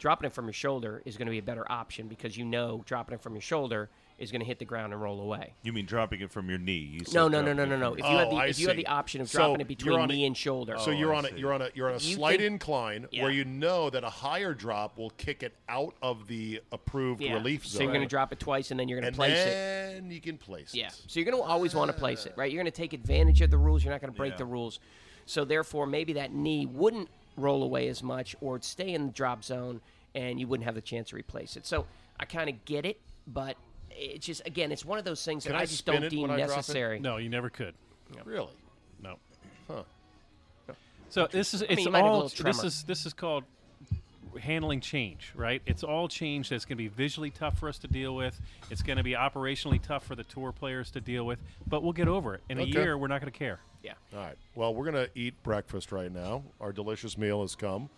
[SPEAKER 4] Dropping it from your shoulder is going to be a better option because you know dropping it from your shoulder is going to hit the ground and roll away.
[SPEAKER 5] You mean dropping it from your knee? You said
[SPEAKER 4] No, no, no,
[SPEAKER 5] dropping
[SPEAKER 4] no,
[SPEAKER 5] it
[SPEAKER 4] no,
[SPEAKER 5] from
[SPEAKER 4] no.
[SPEAKER 5] your-
[SPEAKER 4] If you had
[SPEAKER 2] Oh,
[SPEAKER 4] the
[SPEAKER 2] I
[SPEAKER 4] if you had
[SPEAKER 2] see.
[SPEAKER 4] the option of
[SPEAKER 2] So
[SPEAKER 4] dropping it
[SPEAKER 2] you're
[SPEAKER 4] between
[SPEAKER 2] on a-
[SPEAKER 4] knee and shoulder,
[SPEAKER 2] So you're on a you're on a you're on a
[SPEAKER 4] You
[SPEAKER 2] slight
[SPEAKER 4] think-
[SPEAKER 2] incline where you know that a higher drop will kick it out of the approved
[SPEAKER 4] yeah.
[SPEAKER 2] relief
[SPEAKER 4] so
[SPEAKER 2] zone.
[SPEAKER 4] you're going to drop it twice and then you're going
[SPEAKER 2] and
[SPEAKER 4] to place it.
[SPEAKER 2] then you can place
[SPEAKER 4] Yeah.
[SPEAKER 2] it.
[SPEAKER 4] So you're going to always want to place it, right? You're going to take advantage of the rules. You're not going to break
[SPEAKER 5] Yeah.
[SPEAKER 4] the rules. So therefore, maybe that knee wouldn't roll away as much or it'd stay in the drop zone and you wouldn't have the chance to replace it. So I kind of get it, but it's just, again, it's one of those things
[SPEAKER 2] Can
[SPEAKER 4] that
[SPEAKER 2] I
[SPEAKER 4] I just
[SPEAKER 2] spin
[SPEAKER 4] don't
[SPEAKER 2] it
[SPEAKER 4] deem
[SPEAKER 2] when I drop it?
[SPEAKER 4] necessary.
[SPEAKER 3] No, you never could.
[SPEAKER 2] Really?
[SPEAKER 3] No. So this is it's
[SPEAKER 4] you might have a
[SPEAKER 3] all
[SPEAKER 4] little
[SPEAKER 3] this
[SPEAKER 4] tremor.
[SPEAKER 3] is this is called handling change, right? It's all change that's going to be visually tough for us to deal with. It's going to be operationally tough for the tour players to deal with, but we'll get over it. In
[SPEAKER 2] Okay.
[SPEAKER 3] a year, we're not going to care.
[SPEAKER 4] Yeah.
[SPEAKER 2] All right. Well, we're going to eat breakfast right now. Our delicious meal has come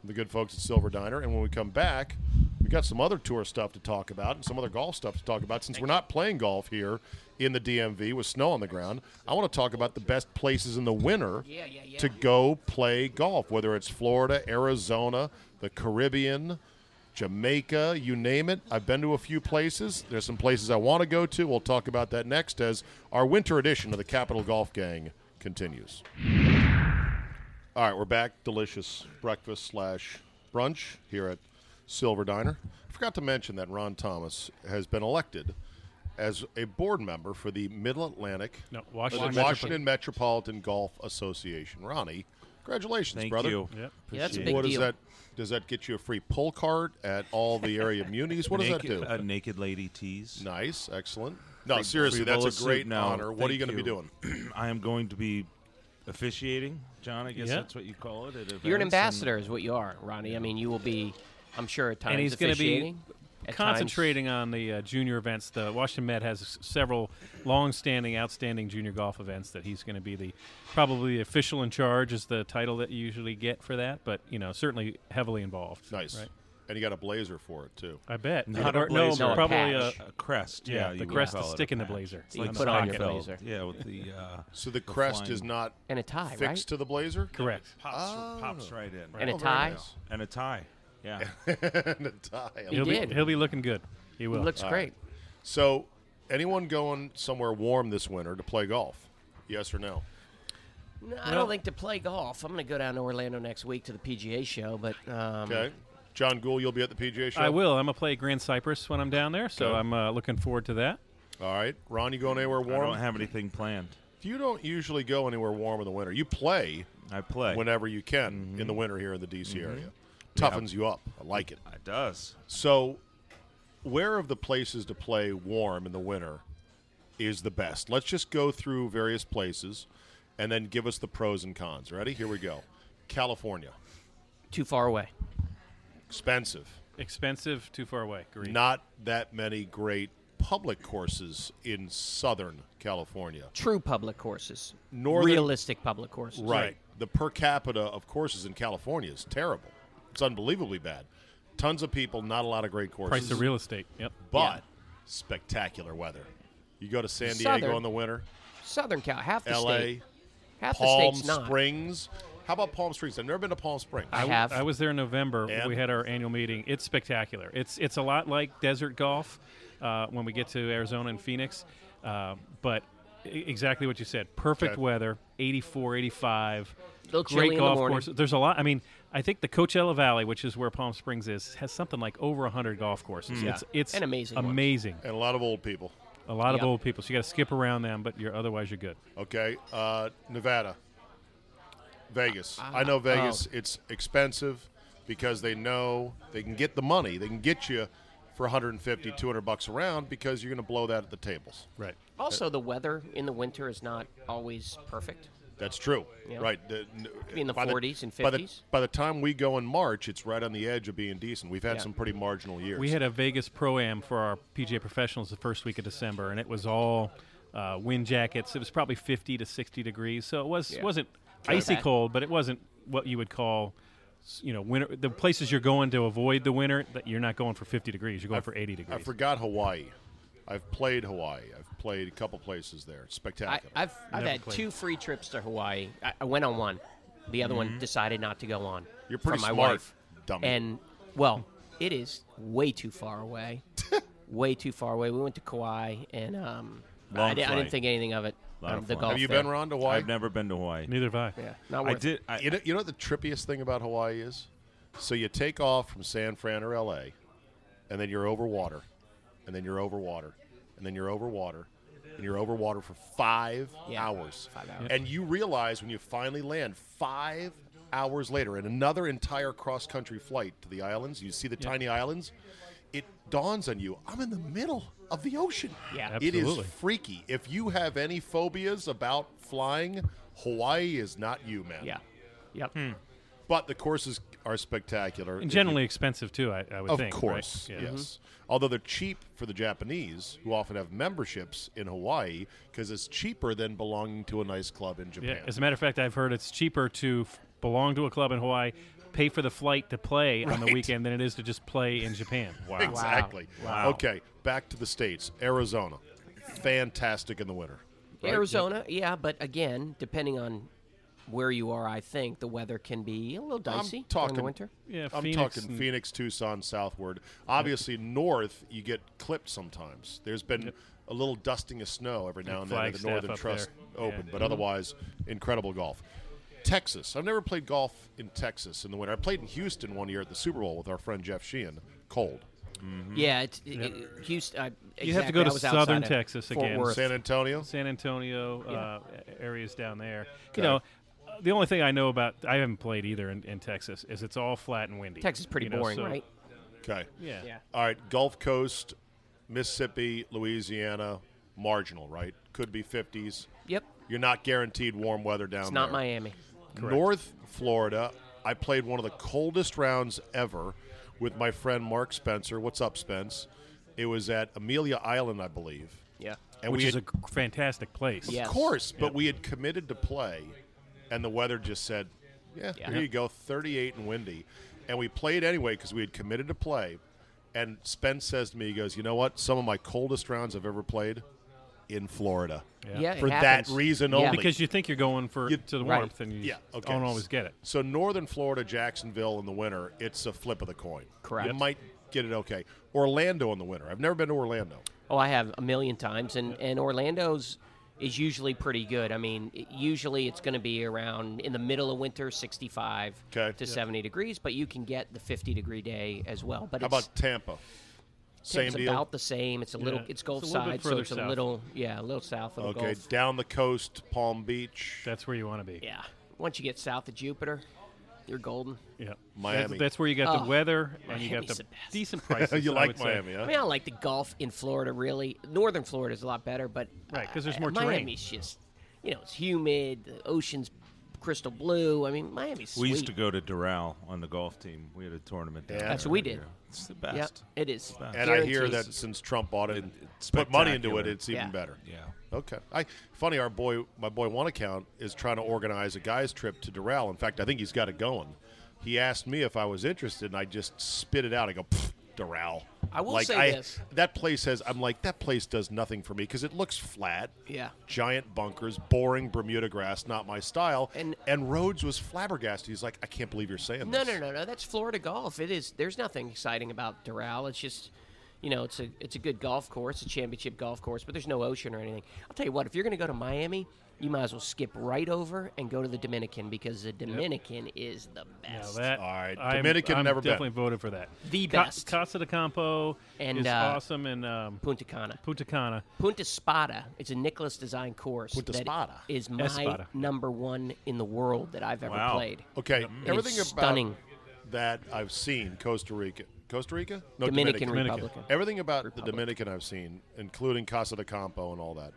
[SPEAKER 2] from the good folks at Silver Diner. And when we come back, we got some other tour stuff to talk about and some other golf stuff to talk about. Since we're not playing golf here in the DMV with snow on the ground, I want to talk about the best places in the winter
[SPEAKER 4] Yeah, yeah, yeah.
[SPEAKER 2] to go play golf, whether it's Florida, Arizona, the Caribbean. Jamaica, you name it. I've been to a few places. There's some places I want to go to. We'll talk about that next as our winter edition of the Capital Golf Gang continues. All right, we're back. Delicious breakfast slash brunch here at Silver Diner. I forgot to mention that Ron Thomas has been elected as a board member for the Middle Atlantic
[SPEAKER 3] No, Washington
[SPEAKER 2] Washington, Metropolitan Golf Association. Ronnie, congratulations,
[SPEAKER 5] Thank
[SPEAKER 2] brother.
[SPEAKER 5] you.
[SPEAKER 3] Yep.
[SPEAKER 4] Yeah, that's a
[SPEAKER 5] Appreciate
[SPEAKER 4] big
[SPEAKER 5] it.
[SPEAKER 2] What does
[SPEAKER 4] deal.
[SPEAKER 2] that? Does that get you a free pull card at all the area munis? What does that
[SPEAKER 5] naked,
[SPEAKER 2] do?
[SPEAKER 5] A naked lady tease.
[SPEAKER 2] nice, excellent. No, seriously, that's
[SPEAKER 5] Well,
[SPEAKER 2] a
[SPEAKER 5] it's-
[SPEAKER 2] great
[SPEAKER 5] no,
[SPEAKER 2] honor. What are you
[SPEAKER 5] thank
[SPEAKER 2] going to be doing?
[SPEAKER 5] I am going to be officiating, John. I guess
[SPEAKER 3] Yeah.
[SPEAKER 5] that's what you call it. At
[SPEAKER 4] You're an
[SPEAKER 5] events, and-
[SPEAKER 4] ambassador, is what you are, Ronnie. I mean, you will be, I'm sure, at times
[SPEAKER 3] And he's going to be
[SPEAKER 4] officiating. At
[SPEAKER 3] concentrating on the uh, junior events, the Washington Met has s- several long-standing, outstanding junior golf events that he's going to be the probably the official in charge is the title that you usually get for that, but you know certainly heavily involved.
[SPEAKER 2] Nice.
[SPEAKER 3] right?
[SPEAKER 2] And you got a blazer for it too.
[SPEAKER 5] Uh,
[SPEAKER 3] I bet
[SPEAKER 5] Not a
[SPEAKER 3] Or-
[SPEAKER 5] blazer.
[SPEAKER 3] no,
[SPEAKER 5] No, a
[SPEAKER 3] probably a,
[SPEAKER 4] patch.
[SPEAKER 5] A crest,
[SPEAKER 3] Yeah,
[SPEAKER 5] yeah.
[SPEAKER 3] the
[SPEAKER 5] you would
[SPEAKER 3] crest to
[SPEAKER 5] call it
[SPEAKER 3] stick
[SPEAKER 5] a
[SPEAKER 3] in the
[SPEAKER 5] patch.
[SPEAKER 3] blazer.
[SPEAKER 5] It's
[SPEAKER 3] You
[SPEAKER 5] like
[SPEAKER 4] put on your
[SPEAKER 5] Seinfeld,
[SPEAKER 4] blazer.
[SPEAKER 5] Yeah, with the uh,
[SPEAKER 2] So the crest
[SPEAKER 5] flying-
[SPEAKER 2] is not
[SPEAKER 4] And a tie,
[SPEAKER 2] fixed
[SPEAKER 4] right?
[SPEAKER 2] to the blazer.
[SPEAKER 3] correct.
[SPEAKER 5] pops, pops
[SPEAKER 2] Oh.
[SPEAKER 5] right in,
[SPEAKER 4] And a
[SPEAKER 2] very
[SPEAKER 4] tie.
[SPEAKER 2] nice.
[SPEAKER 5] and a tie. Yeah,
[SPEAKER 2] and a tie.
[SPEAKER 4] He
[SPEAKER 3] He'll be,
[SPEAKER 4] did.
[SPEAKER 3] he'll be looking good. He
[SPEAKER 4] He
[SPEAKER 3] will.
[SPEAKER 4] looks great.
[SPEAKER 2] So, anyone going somewhere warm this winter to play golf? Yes or no?
[SPEAKER 4] No, I
[SPEAKER 3] Well-
[SPEAKER 4] don't think to play golf. I'm going to go down to Orlando next week to the PGA show, but um,
[SPEAKER 2] Okay.
[SPEAKER 5] Mm.
[SPEAKER 2] John Gould, you'll be at the PGA show.
[SPEAKER 3] I will. I'm gonna play Grand Cypress when I'm down there, so
[SPEAKER 2] Okay.
[SPEAKER 3] I'm uh, looking forward to that.
[SPEAKER 2] All right, Ron, you going anywhere
[SPEAKER 5] I don't
[SPEAKER 2] warm?
[SPEAKER 5] have anything planned.
[SPEAKER 2] If you don't usually go anywhere warm in the winter. You play
[SPEAKER 5] I play. Mm-hmm.
[SPEAKER 2] whenever you can in the winter here in the DC area. Toughens you up. I like it.
[SPEAKER 5] it does.
[SPEAKER 2] So, where of the places to play warm in the winter is the best? Let's just go through various places and then give us the pros and cons. Ready? Here we go. California,
[SPEAKER 4] too far away.
[SPEAKER 2] expensive.
[SPEAKER 3] Expensive, too far away. Green.
[SPEAKER 2] Not that many great public courses in Southern California.
[SPEAKER 4] True public courses.
[SPEAKER 2] Northern-
[SPEAKER 4] Realistic public courses.
[SPEAKER 2] Right. The per capita of courses in California is terrible. It's unbelievably bad. Tons of people, not a lot of great courses.
[SPEAKER 3] Price of real estate. Yep.
[SPEAKER 2] but spectacular weather. You go to San Diego
[SPEAKER 4] Southern.
[SPEAKER 2] in the winter,
[SPEAKER 4] Southern Cal, half the
[SPEAKER 2] L.A.,
[SPEAKER 4] state. Half
[SPEAKER 2] Palm
[SPEAKER 4] the state's not.
[SPEAKER 2] Springs. How about Palm Springs? I've never been to Palm Springs.
[SPEAKER 4] I
[SPEAKER 3] w-
[SPEAKER 4] have.
[SPEAKER 3] I was there in November.
[SPEAKER 2] And?
[SPEAKER 3] We had our annual meeting. It's spectacular. It's it's a lot like desert golf uh, when we get to Arizona and Phoenix, uh, but e- exactly what you said. Perfect
[SPEAKER 2] Okay.
[SPEAKER 3] weather, 84, 85.
[SPEAKER 4] Little chilly in
[SPEAKER 3] Great
[SPEAKER 4] the
[SPEAKER 3] golf
[SPEAKER 4] morning.
[SPEAKER 3] courses. There's a lot. I mean, I think the Coachella Valley, which is where Palm Springs is, has something like over 100 golf courses. It's it's
[SPEAKER 4] And Hmm. amazing ones.
[SPEAKER 3] amazing.
[SPEAKER 2] and a lot of old people.
[SPEAKER 3] A lot of
[SPEAKER 4] Yep.
[SPEAKER 3] old people, so you got to skip around them, but you're otherwise you're good.
[SPEAKER 2] Okay, uh, Nevada, Vegas.
[SPEAKER 4] Uh,
[SPEAKER 2] I know Vegas.
[SPEAKER 4] oh.
[SPEAKER 2] It's expensive because they know they can get the money. They can get you for 150, 200 bucks around because you're going to blow that at the tables.
[SPEAKER 3] Right.
[SPEAKER 4] Also, the weather in the winter is not always perfect.
[SPEAKER 2] That's true.
[SPEAKER 4] Yeah.
[SPEAKER 2] Right. The, n-
[SPEAKER 4] be in the
[SPEAKER 2] by
[SPEAKER 4] 40s and
[SPEAKER 2] By the,
[SPEAKER 4] 50s.
[SPEAKER 2] by the time we go in March, it's right on the edge of being decent. We've had
[SPEAKER 4] Yeah.
[SPEAKER 2] some pretty marginal years.
[SPEAKER 3] We had a Vegas pro am for our PGA professionals the first week of December, and it was all uh, wind jackets. It was probably 50 to 60 degrees, so it was
[SPEAKER 4] Yeah.
[SPEAKER 3] wasn't icy
[SPEAKER 4] bad.
[SPEAKER 3] cold, but it wasn't what you would call, s- you know, winter. The places you're going to avoid the winter, that you're not going for 50 degrees. You're going for 80
[SPEAKER 2] I
[SPEAKER 3] degrees.
[SPEAKER 2] forgot Hawaii. I've played Hawaii. I've played a couple places there. It's
[SPEAKER 4] I,
[SPEAKER 2] Spectacular.
[SPEAKER 4] I've I've
[SPEAKER 3] Never
[SPEAKER 4] had
[SPEAKER 3] played.
[SPEAKER 4] two free trips to Hawaii. I, I went on one. The other one decided not to go on.
[SPEAKER 2] You're pretty
[SPEAKER 4] from my
[SPEAKER 2] smart,
[SPEAKER 4] wife.
[SPEAKER 2] dummy.
[SPEAKER 4] And well, it is way too far away. way too far away. We went to Kauai, and um,
[SPEAKER 5] Long
[SPEAKER 4] I, di- I didn't
[SPEAKER 5] flight.
[SPEAKER 4] think anything of it.
[SPEAKER 5] Lot
[SPEAKER 4] um,
[SPEAKER 5] of
[SPEAKER 4] the
[SPEAKER 5] fun.
[SPEAKER 4] golf
[SPEAKER 2] Have you
[SPEAKER 4] there.
[SPEAKER 2] been Ron to Hawaii?
[SPEAKER 5] I've never been to Hawaii.
[SPEAKER 3] Neither have I.
[SPEAKER 4] Yeah, not
[SPEAKER 5] I
[SPEAKER 4] worth. it.
[SPEAKER 5] did. I,
[SPEAKER 2] You know, you know what the trippiest thing about Hawaii is? So you take off from San Fran or LA, and then you're over water, and then you're over water, and then you're over water, and you're over water for five
[SPEAKER 4] Yeah,
[SPEAKER 2] hours.
[SPEAKER 4] five hours.
[SPEAKER 2] And you realize when you finally land, five hours later, and another entire cross country flight to the islands, you see the tiny islands. It dawns on you, I'm in the middle of the ocean.
[SPEAKER 4] Yeah.
[SPEAKER 2] It
[SPEAKER 3] Absolutely.
[SPEAKER 2] is freaky. If you have any phobias about flying, Hawaii is not you, man.
[SPEAKER 4] Yeah. Yep.
[SPEAKER 2] But the courses are spectacular.
[SPEAKER 3] And generally expensive too. I, I would
[SPEAKER 2] of
[SPEAKER 3] think. right?
[SPEAKER 2] course,
[SPEAKER 3] Yeah. Mm-hmm.
[SPEAKER 2] yes. Although they're cheap for the Japanese, who often have memberships in Hawaii, because it's cheaper than belonging to a nice club in
[SPEAKER 3] Yeah,
[SPEAKER 2] Japan.
[SPEAKER 3] as a matter of fact, I've heard it's cheaper to f- belong to a club in Hawaii, pay for the flight to play on the
[SPEAKER 2] Right.
[SPEAKER 3] weekend than it is to just play in Japan. Wow.
[SPEAKER 2] exactly.
[SPEAKER 5] Wow.
[SPEAKER 2] Okay, back to the states. Arizona, fantastic in the winter.
[SPEAKER 4] Arizona, yeah, but again, depending on where you are, I think the weather can be a little dicey
[SPEAKER 2] I'm
[SPEAKER 4] during
[SPEAKER 2] talking
[SPEAKER 4] the winter.
[SPEAKER 3] Yeah,
[SPEAKER 2] I'm
[SPEAKER 3] Phoenix
[SPEAKER 2] talking
[SPEAKER 3] and-
[SPEAKER 2] Phoenix, Tucson, southward. Obviously, north you get clipped sometimes. There's been a little dusting of snow every now and then at the
[SPEAKER 3] Flagstaff
[SPEAKER 2] Northern
[SPEAKER 3] up
[SPEAKER 2] Trust
[SPEAKER 3] there.
[SPEAKER 2] Open,
[SPEAKER 3] Yeah. Mm-hmm.
[SPEAKER 2] but otherwise, incredible golf. Texas. I've never played golf in Texas in the winter. I played in Houston one year at the Super Bowl with our friend Jeff Sheehan. Cold. Mm-hmm.
[SPEAKER 4] Yeah, it's it, it- Houston. I,
[SPEAKER 3] You have to
[SPEAKER 4] exactly,
[SPEAKER 3] go to
[SPEAKER 4] I was outside
[SPEAKER 3] southern
[SPEAKER 4] of
[SPEAKER 3] Texas
[SPEAKER 4] Fort
[SPEAKER 3] again.
[SPEAKER 4] Worth.
[SPEAKER 2] San Antonio.
[SPEAKER 3] San Antonio uh, areas down there. You know, uh, the only thing I know about I haven't played either in, in Texas is it's all flat and windy.
[SPEAKER 4] Texas is pretty
[SPEAKER 3] you know,
[SPEAKER 4] boring,
[SPEAKER 3] so-
[SPEAKER 4] right?
[SPEAKER 2] Okay.
[SPEAKER 3] Yeah.
[SPEAKER 4] Yeah.
[SPEAKER 2] All right. Gulf Coast, Mississippi, Louisiana, marginal. Right. Could be 50s.
[SPEAKER 4] Yep.
[SPEAKER 2] You're not guaranteed warm weather down
[SPEAKER 4] It's
[SPEAKER 2] there.
[SPEAKER 4] not Miami.
[SPEAKER 2] North Florida, I played one of the coldest rounds ever with my friend Mark Spencer. What's up, Spence? It was at Amelia Island, I believe.
[SPEAKER 4] Yeah.
[SPEAKER 2] And
[SPEAKER 3] which
[SPEAKER 2] we
[SPEAKER 3] is
[SPEAKER 2] had-
[SPEAKER 3] a g- fantastic place.
[SPEAKER 4] Yeah.
[SPEAKER 2] of
[SPEAKER 4] Yes.
[SPEAKER 2] course, but we had committed to play, and the weather just said, "Yeah,
[SPEAKER 4] Yeah.
[SPEAKER 2] here you go, 38 and windy," and we played anyway because we had committed to play. And Spence says to me, "He goes, you know what? Some of my coldest rounds I've ever played in Florida
[SPEAKER 4] Yeah, it
[SPEAKER 2] for that
[SPEAKER 4] happens.
[SPEAKER 2] reason
[SPEAKER 4] Yeah.
[SPEAKER 2] only."
[SPEAKER 3] Because you think you're going for
[SPEAKER 2] You-
[SPEAKER 3] to the
[SPEAKER 4] right.
[SPEAKER 3] warmth, and you
[SPEAKER 2] yeah, okay.
[SPEAKER 3] don't always get it.
[SPEAKER 2] So northern Florida, Jacksonville in the winter, it's a flip of the coin.
[SPEAKER 4] Correct.
[SPEAKER 2] You might get it okay. Orlando in the winter. I've never been to Orlando.
[SPEAKER 4] Oh, I have a million times, and and Orlando's is usually pretty good. I mean, it- usually it's going to be around in the middle of winter, 65
[SPEAKER 2] Okay.
[SPEAKER 4] to
[SPEAKER 2] Yeah.
[SPEAKER 4] 70 degrees, but you can get the 50 degree day as well. But
[SPEAKER 2] How
[SPEAKER 4] it's,
[SPEAKER 2] about Tampa? Same
[SPEAKER 4] it's
[SPEAKER 2] deal.
[SPEAKER 4] about the same. It's a little,
[SPEAKER 3] Yeah.
[SPEAKER 4] it's Gulf
[SPEAKER 3] It's a little bit
[SPEAKER 4] side, so
[SPEAKER 3] further
[SPEAKER 4] it's a
[SPEAKER 3] south.
[SPEAKER 4] little, yeah, a little south of the
[SPEAKER 2] okay,
[SPEAKER 4] Gulf.
[SPEAKER 2] down the coast, Palm Beach.
[SPEAKER 3] That's where you want to be.
[SPEAKER 4] Yeah, once you get south of Jupiter, you're golden.
[SPEAKER 3] Yeah.
[SPEAKER 2] Miami.
[SPEAKER 3] That's, that's where you got
[SPEAKER 4] Oh,
[SPEAKER 3] the weather and you got
[SPEAKER 4] Miami's
[SPEAKER 3] the,
[SPEAKER 4] the best.
[SPEAKER 3] decent prices.
[SPEAKER 2] you
[SPEAKER 3] I
[SPEAKER 2] like
[SPEAKER 3] would say.
[SPEAKER 2] Miami,
[SPEAKER 4] I
[SPEAKER 2] huh?
[SPEAKER 4] mean, I like the golf in Florida. Really, northern Florida is a lot better, but
[SPEAKER 3] Right, 'cause there's
[SPEAKER 4] uh,
[SPEAKER 3] more terrain.
[SPEAKER 4] Miami's just, you know, it's humid. The ocean's crystal blue. I mean, Miami's.
[SPEAKER 5] We used
[SPEAKER 4] sweet.
[SPEAKER 5] to go to Doral on the golf team. We had a tournament. Down
[SPEAKER 2] Yeah.
[SPEAKER 5] there
[SPEAKER 4] That's what we
[SPEAKER 5] every
[SPEAKER 4] did.
[SPEAKER 5] year. It's the
[SPEAKER 4] Yep,
[SPEAKER 5] best.
[SPEAKER 4] it is.
[SPEAKER 2] And I hear that
[SPEAKER 4] Guarantees.
[SPEAKER 2] since Trump bought it, and
[SPEAKER 5] it's
[SPEAKER 2] put money into it,
[SPEAKER 5] spectacular.
[SPEAKER 2] it's even
[SPEAKER 4] Yeah.
[SPEAKER 2] better.
[SPEAKER 5] Yeah.
[SPEAKER 2] Okay. I funny our boy my boy one account is trying to organize a guy's trip to Doral. In fact, I think he's got it going. He asked me if I was interested and I just spit it out. I go, "Pfft, Doral.
[SPEAKER 4] I will
[SPEAKER 2] like,
[SPEAKER 4] say
[SPEAKER 2] I,
[SPEAKER 4] this.
[SPEAKER 2] That place has I'm like, that place does nothing for me because it looks flat.
[SPEAKER 4] Yeah.
[SPEAKER 2] Giant bunkers, boring Bermuda grass, not my style.
[SPEAKER 4] And-
[SPEAKER 2] and Rhodes was flabbergasted. He's like, I can't believe you're saying
[SPEAKER 4] No,
[SPEAKER 2] this.
[SPEAKER 4] no, no, no. That's Florida golf. It is. There's nothing exciting about Doral. It's just, you know, it's a it's a good golf course, a championship golf course, but there's no ocean or anything. I'll tell you what. If you're going to go to Miami, you might as well skip right over and go to the Dominican because the Dominican is the
[SPEAKER 3] Now
[SPEAKER 4] best.
[SPEAKER 3] that,
[SPEAKER 2] All right,
[SPEAKER 3] I'm-
[SPEAKER 2] Dominican
[SPEAKER 3] I'm
[SPEAKER 2] never been.
[SPEAKER 3] definitely voted for that.
[SPEAKER 4] The
[SPEAKER 3] Ca-
[SPEAKER 4] best.
[SPEAKER 3] Casa de Campo
[SPEAKER 4] And,
[SPEAKER 3] is
[SPEAKER 4] uh,
[SPEAKER 3] awesome, and um,
[SPEAKER 4] Punta Cana.
[SPEAKER 3] Punta Cana.
[SPEAKER 4] Punta Spada. It's a Nicholas design course
[SPEAKER 2] Punta
[SPEAKER 4] that
[SPEAKER 2] Spada.
[SPEAKER 4] is my
[SPEAKER 3] Espada.
[SPEAKER 4] number one in the world that I've ever
[SPEAKER 5] Wow.
[SPEAKER 4] played.
[SPEAKER 2] Okay, everything about
[SPEAKER 4] It's stunning.
[SPEAKER 2] that I've seen Costa Rica, Costa Rica, no,
[SPEAKER 4] Dominican,
[SPEAKER 3] Dominican.
[SPEAKER 4] Republic.
[SPEAKER 2] Everything about the
[SPEAKER 4] Republic.
[SPEAKER 2] Dominican I've seen, including Casa de Campo and all that,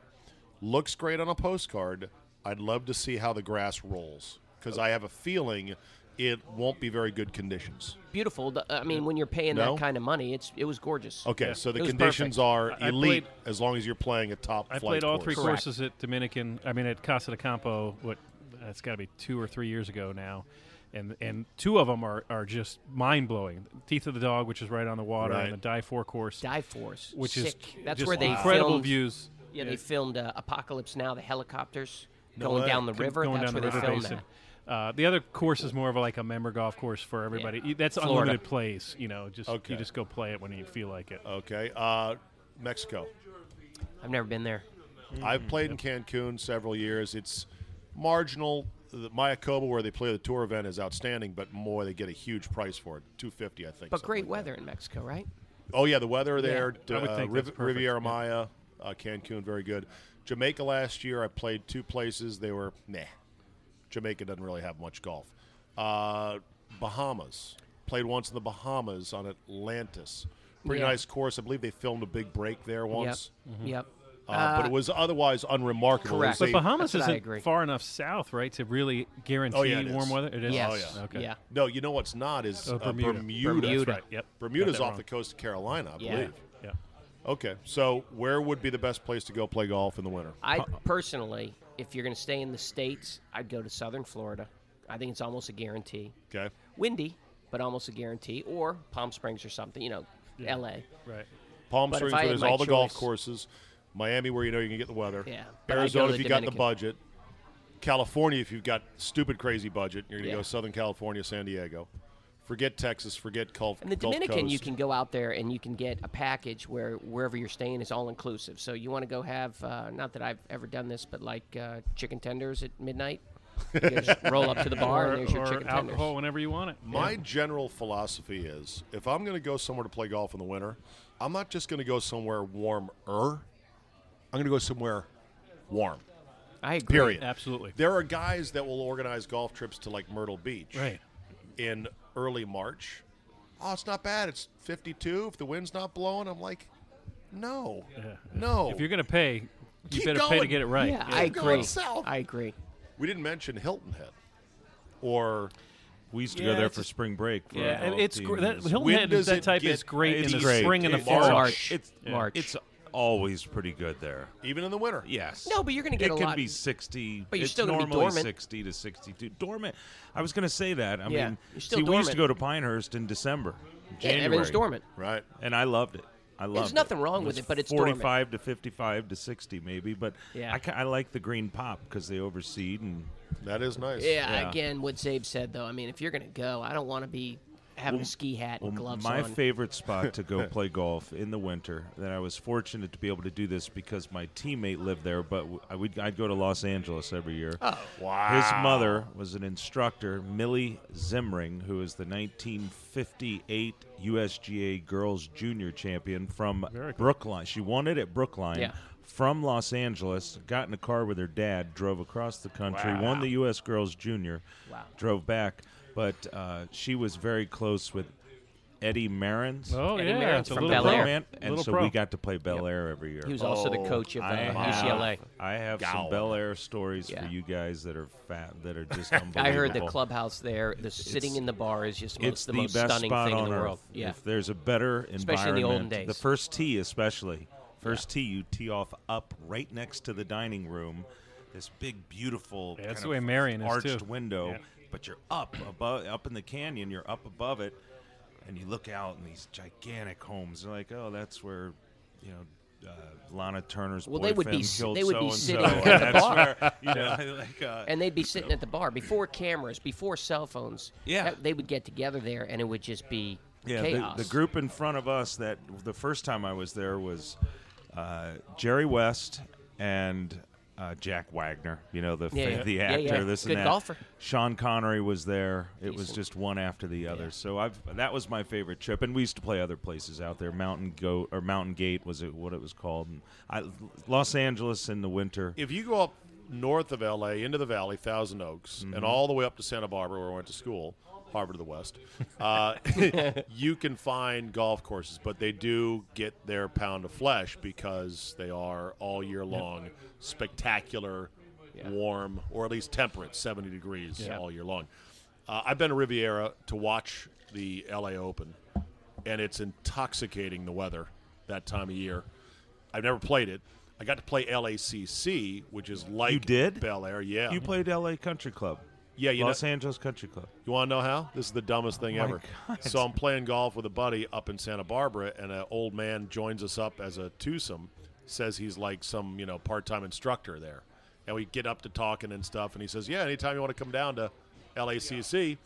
[SPEAKER 2] looks great on a postcard. I'd love to see how the grass rolls because I have a feeling it won't be very good conditions.
[SPEAKER 4] Beautiful. The- I mean, when you're paying
[SPEAKER 2] No?
[SPEAKER 4] that kind of money, it's it was gorgeous.
[SPEAKER 2] Okay, so
[SPEAKER 4] It
[SPEAKER 2] the
[SPEAKER 4] was
[SPEAKER 2] conditions
[SPEAKER 4] perfect.
[SPEAKER 2] are
[SPEAKER 3] I- I
[SPEAKER 2] elite
[SPEAKER 3] played-
[SPEAKER 2] as long as you're playing a top.
[SPEAKER 3] I
[SPEAKER 2] flight
[SPEAKER 3] played all
[SPEAKER 2] course.
[SPEAKER 3] three
[SPEAKER 4] Correct.
[SPEAKER 3] courses at Dominican. I mean, at Casa de Campo. What? That's got to be two or three years ago now, and and two of them are, are just mind blowing. Teeth of the Dog, which is right on the water,
[SPEAKER 2] Right.
[SPEAKER 3] and the Die Four course,
[SPEAKER 4] Dive Force,
[SPEAKER 3] which
[SPEAKER 4] sick.
[SPEAKER 3] is
[SPEAKER 4] that's
[SPEAKER 3] just
[SPEAKER 4] where they
[SPEAKER 3] incredible
[SPEAKER 4] filmed,
[SPEAKER 3] views.
[SPEAKER 4] Yeah, they filmed uh, Apocalypse Now, the helicopters going
[SPEAKER 2] way.
[SPEAKER 4] down the river.
[SPEAKER 3] going
[SPEAKER 4] that's
[SPEAKER 3] down
[SPEAKER 4] where
[SPEAKER 3] the river
[SPEAKER 4] they filmed
[SPEAKER 3] basin.
[SPEAKER 4] that.
[SPEAKER 3] Uh, the other course is more of a, like a member golf course for everybody.
[SPEAKER 4] Yeah.
[SPEAKER 3] That's
[SPEAKER 4] Florida.
[SPEAKER 3] unlimited plays. You know, just
[SPEAKER 2] Okay.
[SPEAKER 3] you just go play it when you feel like it.
[SPEAKER 2] Okay, uh, Mexico.
[SPEAKER 4] I've never been there.
[SPEAKER 3] Mm-hmm.
[SPEAKER 2] I've played in Cancun several years. It's marginal. The Mayakoba, where they play the tour event, is outstanding, but more they get a huge price for it. Two fifty, I think.
[SPEAKER 4] But
[SPEAKER 2] something
[SPEAKER 4] great
[SPEAKER 2] like
[SPEAKER 4] weather in Mexico, right?
[SPEAKER 2] that. Oh yeah, the weather there.
[SPEAKER 3] I would
[SPEAKER 2] uh,
[SPEAKER 3] think
[SPEAKER 2] Riv-
[SPEAKER 3] that's perfect,
[SPEAKER 2] Riviera
[SPEAKER 3] yeah.
[SPEAKER 2] Maya, uh, Cancun, very good. Jamaica last year, I played two places. They were nah. Jamaica doesn't really have much golf. Uh, Bahamas played once in the Bahamas on Atlantis. Pretty
[SPEAKER 4] Yeah.
[SPEAKER 2] nice course. I believe they filmed a big break there once.
[SPEAKER 4] Yep.
[SPEAKER 3] Mm-hmm.
[SPEAKER 4] Yep.
[SPEAKER 2] Uh, but it was otherwise unremarkable. It
[SPEAKER 4] correct.
[SPEAKER 2] was
[SPEAKER 3] But
[SPEAKER 2] a-
[SPEAKER 3] Bahamas
[SPEAKER 4] That's what I
[SPEAKER 3] isn't
[SPEAKER 4] agree.
[SPEAKER 3] far enough south, right, to really guarantee
[SPEAKER 2] Oh, yeah, it
[SPEAKER 3] warm
[SPEAKER 2] is.
[SPEAKER 3] weather. It is.
[SPEAKER 4] Yes.
[SPEAKER 3] Oh, yeah. Okay.
[SPEAKER 4] Yeah.
[SPEAKER 2] No, you know what's not is
[SPEAKER 3] Oh,
[SPEAKER 2] uh, Bermuda.
[SPEAKER 3] Bermuda.
[SPEAKER 4] Bermuda.
[SPEAKER 3] That's right. Yep.
[SPEAKER 2] Bermuda's
[SPEAKER 3] Got that
[SPEAKER 2] off
[SPEAKER 3] wrong.
[SPEAKER 2] the coast of Carolina, I
[SPEAKER 4] Yeah.
[SPEAKER 2] believe.
[SPEAKER 3] Yeah.
[SPEAKER 2] Okay, so where would be the best place to go play golf in the winter?
[SPEAKER 4] I personally, if you're going to stay in the states, I'd go to Southern Florida. I think it's almost a guarantee.
[SPEAKER 2] Okay,
[SPEAKER 4] Windy, but almost a guarantee, or Palm Springs or something. You know, L.A.
[SPEAKER 3] Right.
[SPEAKER 2] Palm
[SPEAKER 4] But if
[SPEAKER 2] Springs,
[SPEAKER 4] I
[SPEAKER 2] where
[SPEAKER 4] had
[SPEAKER 2] there's
[SPEAKER 4] my
[SPEAKER 2] all the golf
[SPEAKER 4] choice-
[SPEAKER 2] courses. Miami, where you know you can get the weather.
[SPEAKER 4] Yeah, but I'd go
[SPEAKER 2] Arizona,
[SPEAKER 4] to
[SPEAKER 2] if
[SPEAKER 4] the
[SPEAKER 2] you got the
[SPEAKER 4] Dominican.
[SPEAKER 2] budget. California, if you've got stupid crazy budget, you're gonna
[SPEAKER 4] Yeah.
[SPEAKER 2] go Southern California, San Diego. Forget Texas. Forget Gulf.
[SPEAKER 4] And the
[SPEAKER 2] Gulf
[SPEAKER 4] Dominican, you
[SPEAKER 2] Coast.
[SPEAKER 4] can go out there and you can get a package where wherever you're staying is all inclusive. So you want to go have, uh, not that I've ever done this, but like uh, chicken tenders at midnight. You just roll up to the bar
[SPEAKER 3] or
[SPEAKER 4] and there's your
[SPEAKER 3] or
[SPEAKER 4] chicken
[SPEAKER 3] alcohol
[SPEAKER 4] tenders.
[SPEAKER 3] whenever you want it.
[SPEAKER 2] My general philosophy is if I'm going to go somewhere to play golf in the winter, I'm not just going to go somewhere warmer. I'm going to go somewhere warm.
[SPEAKER 4] I agree.
[SPEAKER 2] Period.
[SPEAKER 3] Absolutely.
[SPEAKER 2] There are guys that will organize golf trips to like Myrtle Beach
[SPEAKER 3] Right.
[SPEAKER 2] in early March. Oh, it's not bad. It's 52. If the wind's not blowing, I'm like, no, no.
[SPEAKER 3] If you're going to pay, you
[SPEAKER 2] Keep
[SPEAKER 3] better pay to
[SPEAKER 2] going.
[SPEAKER 3] get it right.
[SPEAKER 4] Yeah, I
[SPEAKER 2] Keep going
[SPEAKER 4] agree.
[SPEAKER 2] south.
[SPEAKER 4] I agree.
[SPEAKER 2] we didn't mention Hilton Head or
[SPEAKER 5] We used to
[SPEAKER 3] Yeah,
[SPEAKER 5] go there
[SPEAKER 3] it's
[SPEAKER 5] for
[SPEAKER 3] just-
[SPEAKER 5] spring break. For
[SPEAKER 3] Yeah, and
[SPEAKER 5] all
[SPEAKER 3] it's gr- that,
[SPEAKER 5] teams.
[SPEAKER 3] Hilton
[SPEAKER 2] When
[SPEAKER 3] Head
[SPEAKER 2] does
[SPEAKER 3] is that
[SPEAKER 2] it
[SPEAKER 3] type
[SPEAKER 2] get
[SPEAKER 3] is great in
[SPEAKER 5] It's
[SPEAKER 3] the
[SPEAKER 5] great.
[SPEAKER 3] spring and the
[SPEAKER 2] It's
[SPEAKER 3] fall.
[SPEAKER 4] March.
[SPEAKER 5] It's
[SPEAKER 4] Yeah. March.
[SPEAKER 5] It's always pretty good there.
[SPEAKER 2] even in the winter.
[SPEAKER 5] Yes.
[SPEAKER 4] No, but you're gonna get
[SPEAKER 5] it
[SPEAKER 4] a
[SPEAKER 5] can
[SPEAKER 4] lot-
[SPEAKER 5] be sixty.
[SPEAKER 4] But you're
[SPEAKER 5] it's
[SPEAKER 4] still gonna be
[SPEAKER 5] normally
[SPEAKER 4] dormant.
[SPEAKER 5] sixty to sixty-two. Dormant. I was gonna say that. I
[SPEAKER 4] Yeah.
[SPEAKER 5] mean,
[SPEAKER 4] You're
[SPEAKER 5] see,
[SPEAKER 4] still
[SPEAKER 5] we used
[SPEAKER 4] dormant.
[SPEAKER 5] to go to Pinehurst in December,
[SPEAKER 4] Yeah,
[SPEAKER 5] January.
[SPEAKER 4] everything's dormant.
[SPEAKER 2] Right.
[SPEAKER 5] and I loved it. I loved it.
[SPEAKER 4] nothing wrong with
[SPEAKER 5] was
[SPEAKER 4] it, but it's dormant.
[SPEAKER 5] forty-five to fifty-five to sixty, maybe. But
[SPEAKER 4] Yeah.
[SPEAKER 5] I, ca- I like the green pop because they overseed and
[SPEAKER 2] That is nice.
[SPEAKER 4] Yeah,
[SPEAKER 5] Yeah.
[SPEAKER 4] Again, what Zabe said though. I mean, if you're gonna go, I don't want to be having a ski hat and gloves
[SPEAKER 5] my
[SPEAKER 4] on.
[SPEAKER 5] favorite spot to go play golf in the winter that i was fortunate to be able to do this because my teammate lived there but w- I would, i'd go to los angeles every year oh,
[SPEAKER 2] wow.
[SPEAKER 5] his mother was an instructor millie zimring who is the 1958 usga girls junior champion from brookline she won it at brookline
[SPEAKER 4] Yeah.
[SPEAKER 5] From Los Angeles, got in a car with her dad, drove across the country, won the U.S. Girls Junior,
[SPEAKER 4] Wow.
[SPEAKER 5] drove back, but uh, she was very close with Eddie Marins.
[SPEAKER 3] Oh
[SPEAKER 4] Eddie
[SPEAKER 3] yeah,
[SPEAKER 4] Merritt
[SPEAKER 3] it's a
[SPEAKER 4] from
[SPEAKER 3] little
[SPEAKER 4] Bel
[SPEAKER 3] pro.
[SPEAKER 4] Air.
[SPEAKER 5] Man, and
[SPEAKER 3] Little
[SPEAKER 5] so
[SPEAKER 3] pro.
[SPEAKER 5] we got to play Bel Air every year.
[SPEAKER 4] He was also the
[SPEAKER 2] Oh,
[SPEAKER 4] coach of uh,
[SPEAKER 5] I have,
[SPEAKER 4] UCLA.
[SPEAKER 5] I have
[SPEAKER 2] Gow.
[SPEAKER 5] some Bel Air stories
[SPEAKER 4] Yeah.
[SPEAKER 5] for you guys that are fat, that are just unbelievable.
[SPEAKER 4] I heard the clubhouse there, the sitting in the bar is just most,
[SPEAKER 5] It's
[SPEAKER 4] the,
[SPEAKER 5] the,
[SPEAKER 4] most
[SPEAKER 5] best
[SPEAKER 4] stunning
[SPEAKER 5] spot
[SPEAKER 4] thing in
[SPEAKER 5] on
[SPEAKER 4] the
[SPEAKER 5] earth.
[SPEAKER 4] world. Yeah.
[SPEAKER 5] If there's a better
[SPEAKER 4] Especially in the olden
[SPEAKER 5] environment,
[SPEAKER 4] days.
[SPEAKER 5] first tee especially, first tee you tee off up right next to the dining room. This big, beautiful,
[SPEAKER 3] Yeah, that's
[SPEAKER 5] kind
[SPEAKER 3] the
[SPEAKER 5] of
[SPEAKER 3] way Marion is,
[SPEAKER 5] arched
[SPEAKER 3] too.
[SPEAKER 5] window,
[SPEAKER 3] Yeah.
[SPEAKER 5] but you're up above, up in the canyon. You're up above it, and you look out and these gigantic homes. They're like, oh, that's where, you know. Uh, Lana Turner's
[SPEAKER 4] Well, they
[SPEAKER 5] boyfriend
[SPEAKER 4] would be s-
[SPEAKER 5] killed
[SPEAKER 4] they would be sitting
[SPEAKER 5] so-and-so, and
[SPEAKER 4] at the
[SPEAKER 5] that's
[SPEAKER 4] bar.
[SPEAKER 5] where, you know, like, uh,
[SPEAKER 4] and they'd be sitting at the bar before cameras, before cell phones.
[SPEAKER 5] Yeah.
[SPEAKER 4] that- they would get together there, and it would just be
[SPEAKER 5] Yeah,
[SPEAKER 4] chaos.
[SPEAKER 5] The, the group in front of us that the first time I was there was uh, Jerry West and uh, Jack Wagner. You know the fa-
[SPEAKER 4] Yeah, yeah.
[SPEAKER 5] the
[SPEAKER 4] Yeah,
[SPEAKER 5] actor,
[SPEAKER 4] yeah.
[SPEAKER 5] this
[SPEAKER 4] Good
[SPEAKER 5] and that.
[SPEAKER 4] golfer.
[SPEAKER 5] Sean Connery was there. It was
[SPEAKER 4] Decent.
[SPEAKER 5] just one after the other. So I've that was my favorite trip, and we used to play other places out there. Mountain Goat or Mountain Gate was it what it was called? And I, Los Angeles in the winter.
[SPEAKER 2] If you go up north of LA into the valley, Thousand Oaks, and all the way up to Santa Barbara, where I went to school, Harvard of the West, uh, you can find golf courses, but they do get their pound of flesh because they are all year long spectacular, warm, or at least temperate, 70 degrees all year long. Uh, I've been to Riviera to watch the LA Open, and it's intoxicating the weather that time of year. I've never played it. I got to play LACC, which is like
[SPEAKER 5] you did
[SPEAKER 2] Bel Air. Yeah,
[SPEAKER 5] You played L.A. Country Club.
[SPEAKER 2] yeah. You know,
[SPEAKER 5] Los Angeles Country Club.
[SPEAKER 2] you want to know how? This is the dumbest thing
[SPEAKER 5] Oh my
[SPEAKER 2] ever.
[SPEAKER 5] God.
[SPEAKER 2] So I'm playing golf with a buddy up in Santa Barbara, and an old man joins us up as a twosome. Says he's like some you know part-time instructor there, and we get up to talking and stuff, and he says, "Yeah, anytime you want to come down to LACC,"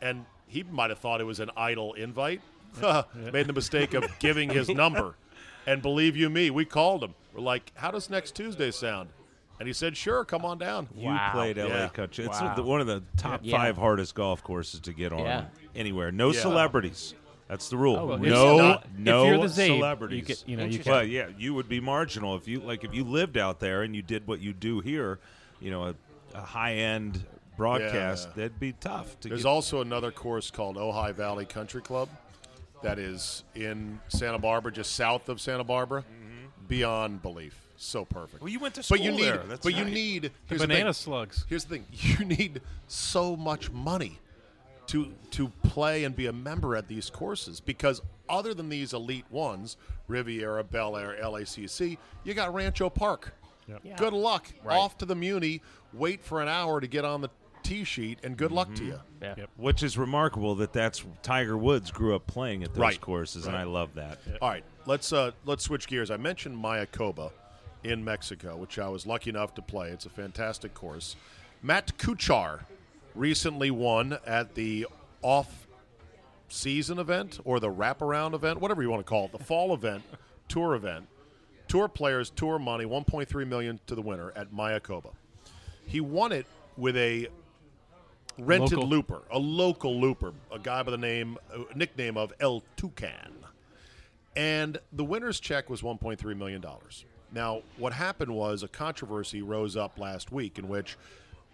[SPEAKER 2] and he might have thought it was an idle invite. Made the mistake of giving his number, and believe you me, we called him. We're like, "How does next Tuesday sound?" And he said, "Sure, come on down."
[SPEAKER 5] You played LA
[SPEAKER 2] Yeah.
[SPEAKER 5] Country. It's
[SPEAKER 3] Wow.
[SPEAKER 5] the, one of the top
[SPEAKER 4] Yeah.
[SPEAKER 5] five hardest golf courses to get on
[SPEAKER 4] Yeah.
[SPEAKER 5] anywhere. No
[SPEAKER 2] Yeah.
[SPEAKER 5] celebrities. That's the rule.
[SPEAKER 3] Oh, well, if
[SPEAKER 5] no,
[SPEAKER 3] you're not- if
[SPEAKER 5] no
[SPEAKER 3] you're the Zabe, you
[SPEAKER 5] celebrities.
[SPEAKER 3] get- you know, you
[SPEAKER 5] Well, yeah, you would be marginal if you like if you lived out there and you did what you do here. You know, a, a high end broadcast
[SPEAKER 2] Yeah.
[SPEAKER 5] that'd be tough to
[SPEAKER 2] There's
[SPEAKER 5] get.
[SPEAKER 2] also another course called Ojai Valley Country Club that is in Santa Barbara, just south of Santa Barbara. Beyond belief. So perfect.
[SPEAKER 5] Mm-hmm. Well, you went to
[SPEAKER 2] but you
[SPEAKER 5] school
[SPEAKER 2] need,
[SPEAKER 5] there. That's
[SPEAKER 2] but you
[SPEAKER 5] right.
[SPEAKER 2] need
[SPEAKER 3] The
[SPEAKER 2] here's
[SPEAKER 3] banana
[SPEAKER 2] thing.
[SPEAKER 3] slugs.
[SPEAKER 2] Here's the thing. You need so much money to to play and be a member at these courses because other than these elite ones, Riviera, Bel Air, LACC, you got Rancho Park. Good luck. Off to the Muni. Wait for an hour to get on the tee sheet, and good luck
[SPEAKER 5] Mm-hmm.
[SPEAKER 2] to you.
[SPEAKER 4] yeah.
[SPEAKER 3] Yep.
[SPEAKER 5] which is remarkable that that's Tiger Woods grew up playing at those
[SPEAKER 2] Right.
[SPEAKER 5] courses, and I love that.
[SPEAKER 2] All right, let's uh, let's switch gears. I mentioned Mayakoba in Mexico, which I was lucky enough to play. It's a fantastic course. Matt Kuchar recently won at the off season event or the wraparound event, whatever you want to call it, the fall event, tour event. Tour players, tour money, 1.3 million to the winner at Mayakoba. He won it with a rented
[SPEAKER 3] Local.
[SPEAKER 2] looper, a local looper, a guy by the name uh, nickname of El Toucan and the winner's check was $1.3 million. Now, what happened was a controversy rose up last week in which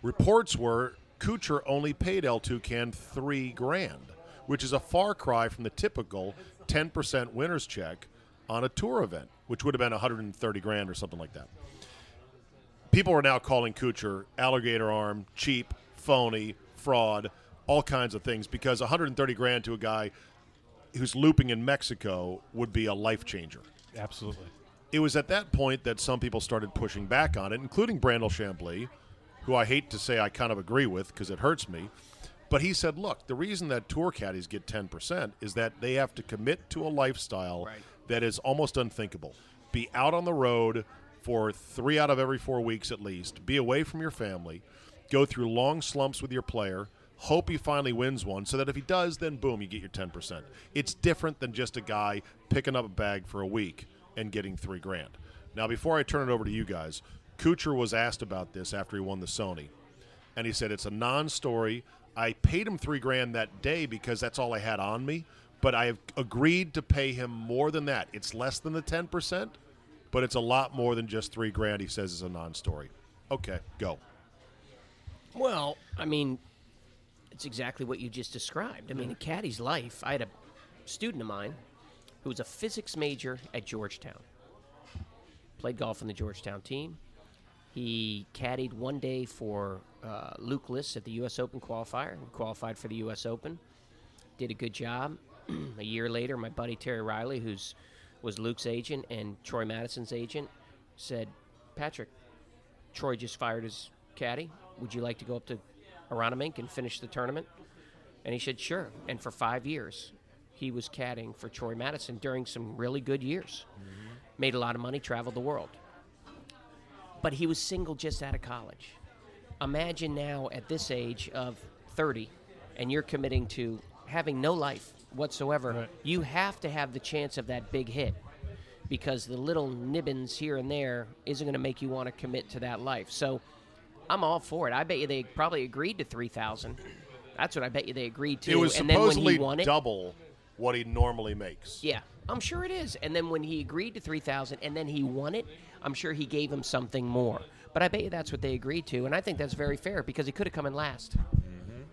[SPEAKER 2] reports were Kuchar only paid El Toucan three grand, which is a far cry from the typical 10% winner's check on a tour event, which would have been 130 grand or something like that. People are now calling Kuchar alligator arm, cheap, phony, fraud, all kinds of things because 130 grand to a guy who's looping in Mexico would be a life changer.
[SPEAKER 3] Absolutely.
[SPEAKER 2] It was at that point that some people started pushing back on it, including Brandel Chambly, who I hate to say I kind of agree with because it hurts me. But he said, look, the reason that tour caddies get 10% is that they have to commit to a lifestyle that is almost unthinkable. Be out on the road for three out of every four weeks at least, be away from your family, go through long slumps with your player, hope he finally wins one, so that if he does, then boom, you get your 10%. It's different than just a guy picking up a bag for a week and getting three grand. Now, before I turn it over to you guys, Kuchar was asked about this after he won the Sony and he said it's a non-story. I paid him three grand that day because that's all I had on me, but I have agreed to pay him more than that. It's less than the ten percent, but it's a lot more than just three grand. He says it's a non-story. Okay, go.
[SPEAKER 4] Well, I mean, it's exactly what you just described. I mean, a caddy's life. I had a student of mine who was a physics major at Georgetown, played golf on the Georgetown team. He caddied one day for uh, Luke List at the U.S. Open qualifier, and qualified for the U.S. Open. Did a good job. a year later, my buddy Terry Riley, who's was Luke's agent and Troy Madison's agent, said, "Patrick, Troy just fired his caddy. Would you like to go up to Aronimink and finish the tournament? And he said, sure. And for five years, he was caddying for Troy Madison during some really good years. Made a lot of money, traveled the world. But he was single just out of college. Imagine now at this age of 30 and you're committing to having no life whatsoever.
[SPEAKER 3] Right.
[SPEAKER 4] You have to have the chance of that big hit because the little nibbins here and there isn't going to make you want to commit to that life. So I'm all for it. I bet you they probably agreed to 3,000. That's what I bet you they agreed to.
[SPEAKER 2] It was
[SPEAKER 4] and then when
[SPEAKER 2] supposedly
[SPEAKER 4] he won it,
[SPEAKER 2] double what he normally makes.
[SPEAKER 4] yeah, I'm sure it is. And then when he agreed to 3,000 and then he won it, I'm sure he gave him something more. But I bet you that's what they agreed to. And I think that's very fair because he could have come in last.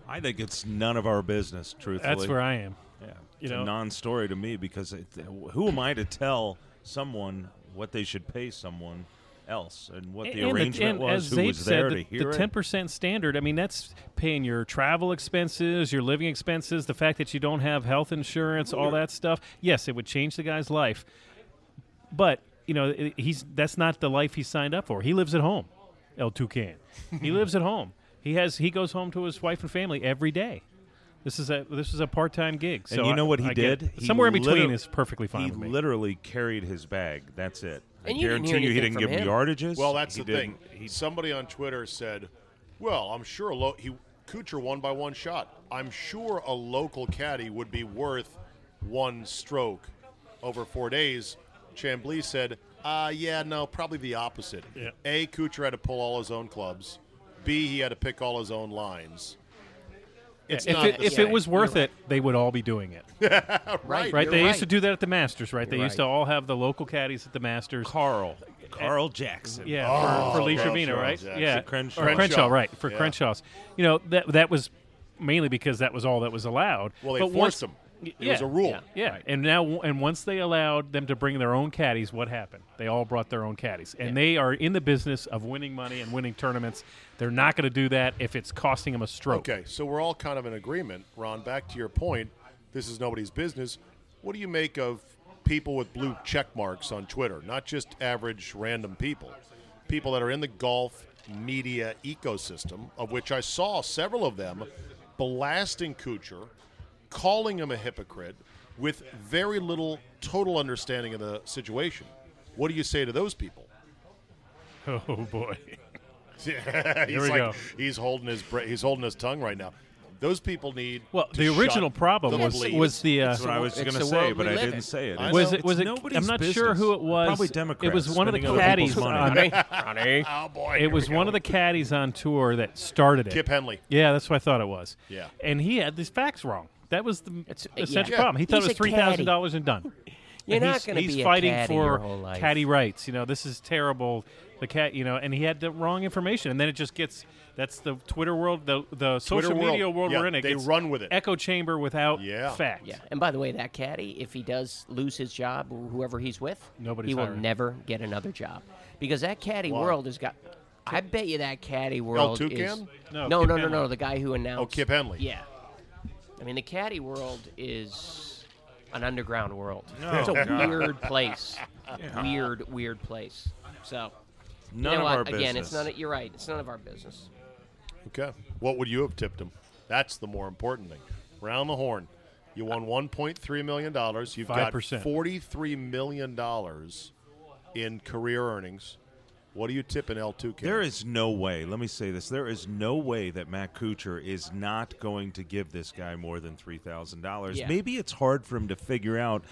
[SPEAKER 5] I think it's none of our business, truthfully.
[SPEAKER 3] That's where I am.
[SPEAKER 5] Yeah,
[SPEAKER 3] You
[SPEAKER 5] it's
[SPEAKER 3] know?
[SPEAKER 5] a non-story to me because it, who am I to tell someone what they should pay someone else and what the arrangement
[SPEAKER 3] and
[SPEAKER 5] was?
[SPEAKER 3] As
[SPEAKER 5] Who
[SPEAKER 3] Zabe
[SPEAKER 5] was
[SPEAKER 3] said,
[SPEAKER 5] there
[SPEAKER 3] the,
[SPEAKER 5] to hear
[SPEAKER 3] the
[SPEAKER 5] it?
[SPEAKER 3] 10% standard, I mean, that's paying your travel expenses, your living expenses, the fact that you don't have health insurance, all that stuff. Yes, it would change the guy's life. But, you know, i- he's that's not the life he signed up for. He lives at home, El Toucan. he lives at home. He has he goes home to his wife and family every day. This is a this is a part time gig. So
[SPEAKER 5] and you know
[SPEAKER 3] I-
[SPEAKER 5] what he
[SPEAKER 3] I get-
[SPEAKER 5] did? He
[SPEAKER 3] Somewhere in between
[SPEAKER 5] liter-
[SPEAKER 3] is perfectly fine
[SPEAKER 5] He
[SPEAKER 3] with me.
[SPEAKER 5] literally carried his bag. That's it. I
[SPEAKER 4] And you didn't
[SPEAKER 5] guarantee
[SPEAKER 4] hear
[SPEAKER 5] you he
[SPEAKER 4] anything
[SPEAKER 5] didn't
[SPEAKER 4] from
[SPEAKER 5] give
[SPEAKER 4] him.
[SPEAKER 5] yardages.
[SPEAKER 2] Well, that's
[SPEAKER 5] He
[SPEAKER 2] the thing.
[SPEAKER 5] didn't- he-
[SPEAKER 2] Somebody on Twitter said, "Well, I'm sure a lo- he Kuchar won by one shot. I'm sure a local caddy would be worth one stroke over four days." Chambly said, "Uh, yeah, no, probably the opposite.
[SPEAKER 3] Yeah.
[SPEAKER 2] A Kuchar had to pull all his own clubs. B he had to pick all his own lines. It's
[SPEAKER 3] if
[SPEAKER 2] not
[SPEAKER 3] it,
[SPEAKER 2] the
[SPEAKER 3] if
[SPEAKER 2] same.
[SPEAKER 3] it was worth it, they would all be doing it.
[SPEAKER 2] right,
[SPEAKER 3] Right,
[SPEAKER 4] You're
[SPEAKER 3] they used to do that at the Masters, right? they
[SPEAKER 4] You're
[SPEAKER 3] used to
[SPEAKER 4] right.
[SPEAKER 3] all have the local caddies at the Masters.
[SPEAKER 5] Carl, Carl Jackson.
[SPEAKER 3] yeah,
[SPEAKER 2] Oh,
[SPEAKER 3] for, for Lee
[SPEAKER 2] Crenshaw,
[SPEAKER 3] Trevino, right?
[SPEAKER 2] Jackson.
[SPEAKER 3] Yeah,
[SPEAKER 5] Crenshaw.
[SPEAKER 3] Or Crenshaw,
[SPEAKER 2] Crenshaw.
[SPEAKER 3] right? For
[SPEAKER 2] Yeah.
[SPEAKER 3] Crenshaw's, you know that that was mainly because that was all that was allowed.
[SPEAKER 2] Well, they
[SPEAKER 3] but
[SPEAKER 2] forced
[SPEAKER 3] once,
[SPEAKER 2] them.
[SPEAKER 3] Y-
[SPEAKER 2] It was
[SPEAKER 3] yeah,
[SPEAKER 2] a rule.
[SPEAKER 3] Yeah, yeah. and now and once they allowed them to bring their own caddies, what happened? They all brought their own caddies, and they are in the business of winning money and winning tournaments. They're not going to do that if it's costing them a stroke.
[SPEAKER 2] Okay, so we're all kind of in agreement, Ron. Back to your point, this is nobody's business. What do you make of people with blue check marks on Twitter? Not just average random people, people that are in the golf media ecosystem, of which I saw several of them blasting Kuchar, calling him a hypocrite, with very little total understanding of the situation. What do you say to those people?
[SPEAKER 3] Oh boy.
[SPEAKER 2] Yeah, he's
[SPEAKER 3] we
[SPEAKER 2] like,
[SPEAKER 3] go.
[SPEAKER 2] he's holding his bra- he's holding his tongue right now. Those people need
[SPEAKER 3] Well,
[SPEAKER 2] to
[SPEAKER 3] the
[SPEAKER 2] shut
[SPEAKER 3] original problem
[SPEAKER 2] the
[SPEAKER 3] was
[SPEAKER 2] bleed.
[SPEAKER 3] was the uh,
[SPEAKER 5] That's what I was
[SPEAKER 4] it's
[SPEAKER 5] going to
[SPEAKER 4] the
[SPEAKER 5] say,
[SPEAKER 4] world
[SPEAKER 5] but
[SPEAKER 4] we
[SPEAKER 5] I
[SPEAKER 4] live
[SPEAKER 5] didn't
[SPEAKER 4] in.
[SPEAKER 5] say it.
[SPEAKER 2] I
[SPEAKER 5] It's-
[SPEAKER 2] know.
[SPEAKER 3] was it
[SPEAKER 5] it's
[SPEAKER 3] was it
[SPEAKER 5] nobody's
[SPEAKER 3] I'm not
[SPEAKER 5] business.
[SPEAKER 3] sure who it was.
[SPEAKER 5] Probably Democrats.
[SPEAKER 3] It was one of the
[SPEAKER 5] spending other people's
[SPEAKER 3] caddies
[SPEAKER 5] money.
[SPEAKER 3] on
[SPEAKER 2] oh boy, here
[SPEAKER 3] It was
[SPEAKER 2] we go.
[SPEAKER 3] one of the caddies on tour that started it.
[SPEAKER 2] Kip Henley.
[SPEAKER 3] Yeah, that's what I thought it was.
[SPEAKER 2] Yeah.
[SPEAKER 3] And he had these facts wrong. That was the
[SPEAKER 4] It's-
[SPEAKER 3] essential
[SPEAKER 4] yeah.
[SPEAKER 3] problem. He thought
[SPEAKER 4] He's
[SPEAKER 3] it was
[SPEAKER 4] a
[SPEAKER 3] three thousand dollars and done.
[SPEAKER 4] You're
[SPEAKER 3] And
[SPEAKER 4] not
[SPEAKER 3] he's-
[SPEAKER 4] gonna
[SPEAKER 3] He's
[SPEAKER 4] be a
[SPEAKER 3] fighting
[SPEAKER 4] caddy
[SPEAKER 3] for
[SPEAKER 4] your whole life.
[SPEAKER 3] caddy rights. You know, this is terrible. The cat, you know, and he had the wrong information, and then it just gets. That's the Twitter world, the the social
[SPEAKER 2] world.
[SPEAKER 3] media world
[SPEAKER 2] Yeah,
[SPEAKER 3] we're in. It
[SPEAKER 2] they
[SPEAKER 3] gets
[SPEAKER 2] run with it.
[SPEAKER 3] Echo chamber without
[SPEAKER 2] Yeah.
[SPEAKER 3] fact.
[SPEAKER 4] Yeah, and by the way, that caddy, if he does lose his job or whoever he's with,
[SPEAKER 3] Nobody's
[SPEAKER 4] he will
[SPEAKER 3] hiring.
[SPEAKER 4] never get another job because that caddy world has got. I bet you that caddy world is
[SPEAKER 2] Toucan?
[SPEAKER 3] No,
[SPEAKER 4] no,
[SPEAKER 3] Kip
[SPEAKER 4] no, no,
[SPEAKER 3] Henley.
[SPEAKER 4] no, the guy who announced.
[SPEAKER 2] Kip Henley.
[SPEAKER 4] Yeah, I mean, the caddy world is an underground world.
[SPEAKER 5] No,
[SPEAKER 4] it's a
[SPEAKER 5] God.
[SPEAKER 4] weird place. Weird, weird place. So, you
[SPEAKER 5] None
[SPEAKER 4] know
[SPEAKER 5] of
[SPEAKER 4] what?
[SPEAKER 5] our business.
[SPEAKER 4] again, it's none. Of, you're right. It's none of our business.
[SPEAKER 2] Okay. What would you have tipped him? That's the more important thing. Round the horn. You won one point three million dollars. You've got
[SPEAKER 3] 5%.
[SPEAKER 2] forty-three million dollars in career earnings. What are you tipping L two K?
[SPEAKER 5] There is no way. Let me say this: there is no way that Matt Kuchar is not going to give this guy more than three thousand dollars.
[SPEAKER 4] Yeah.
[SPEAKER 5] Maybe it's hard for him to figure out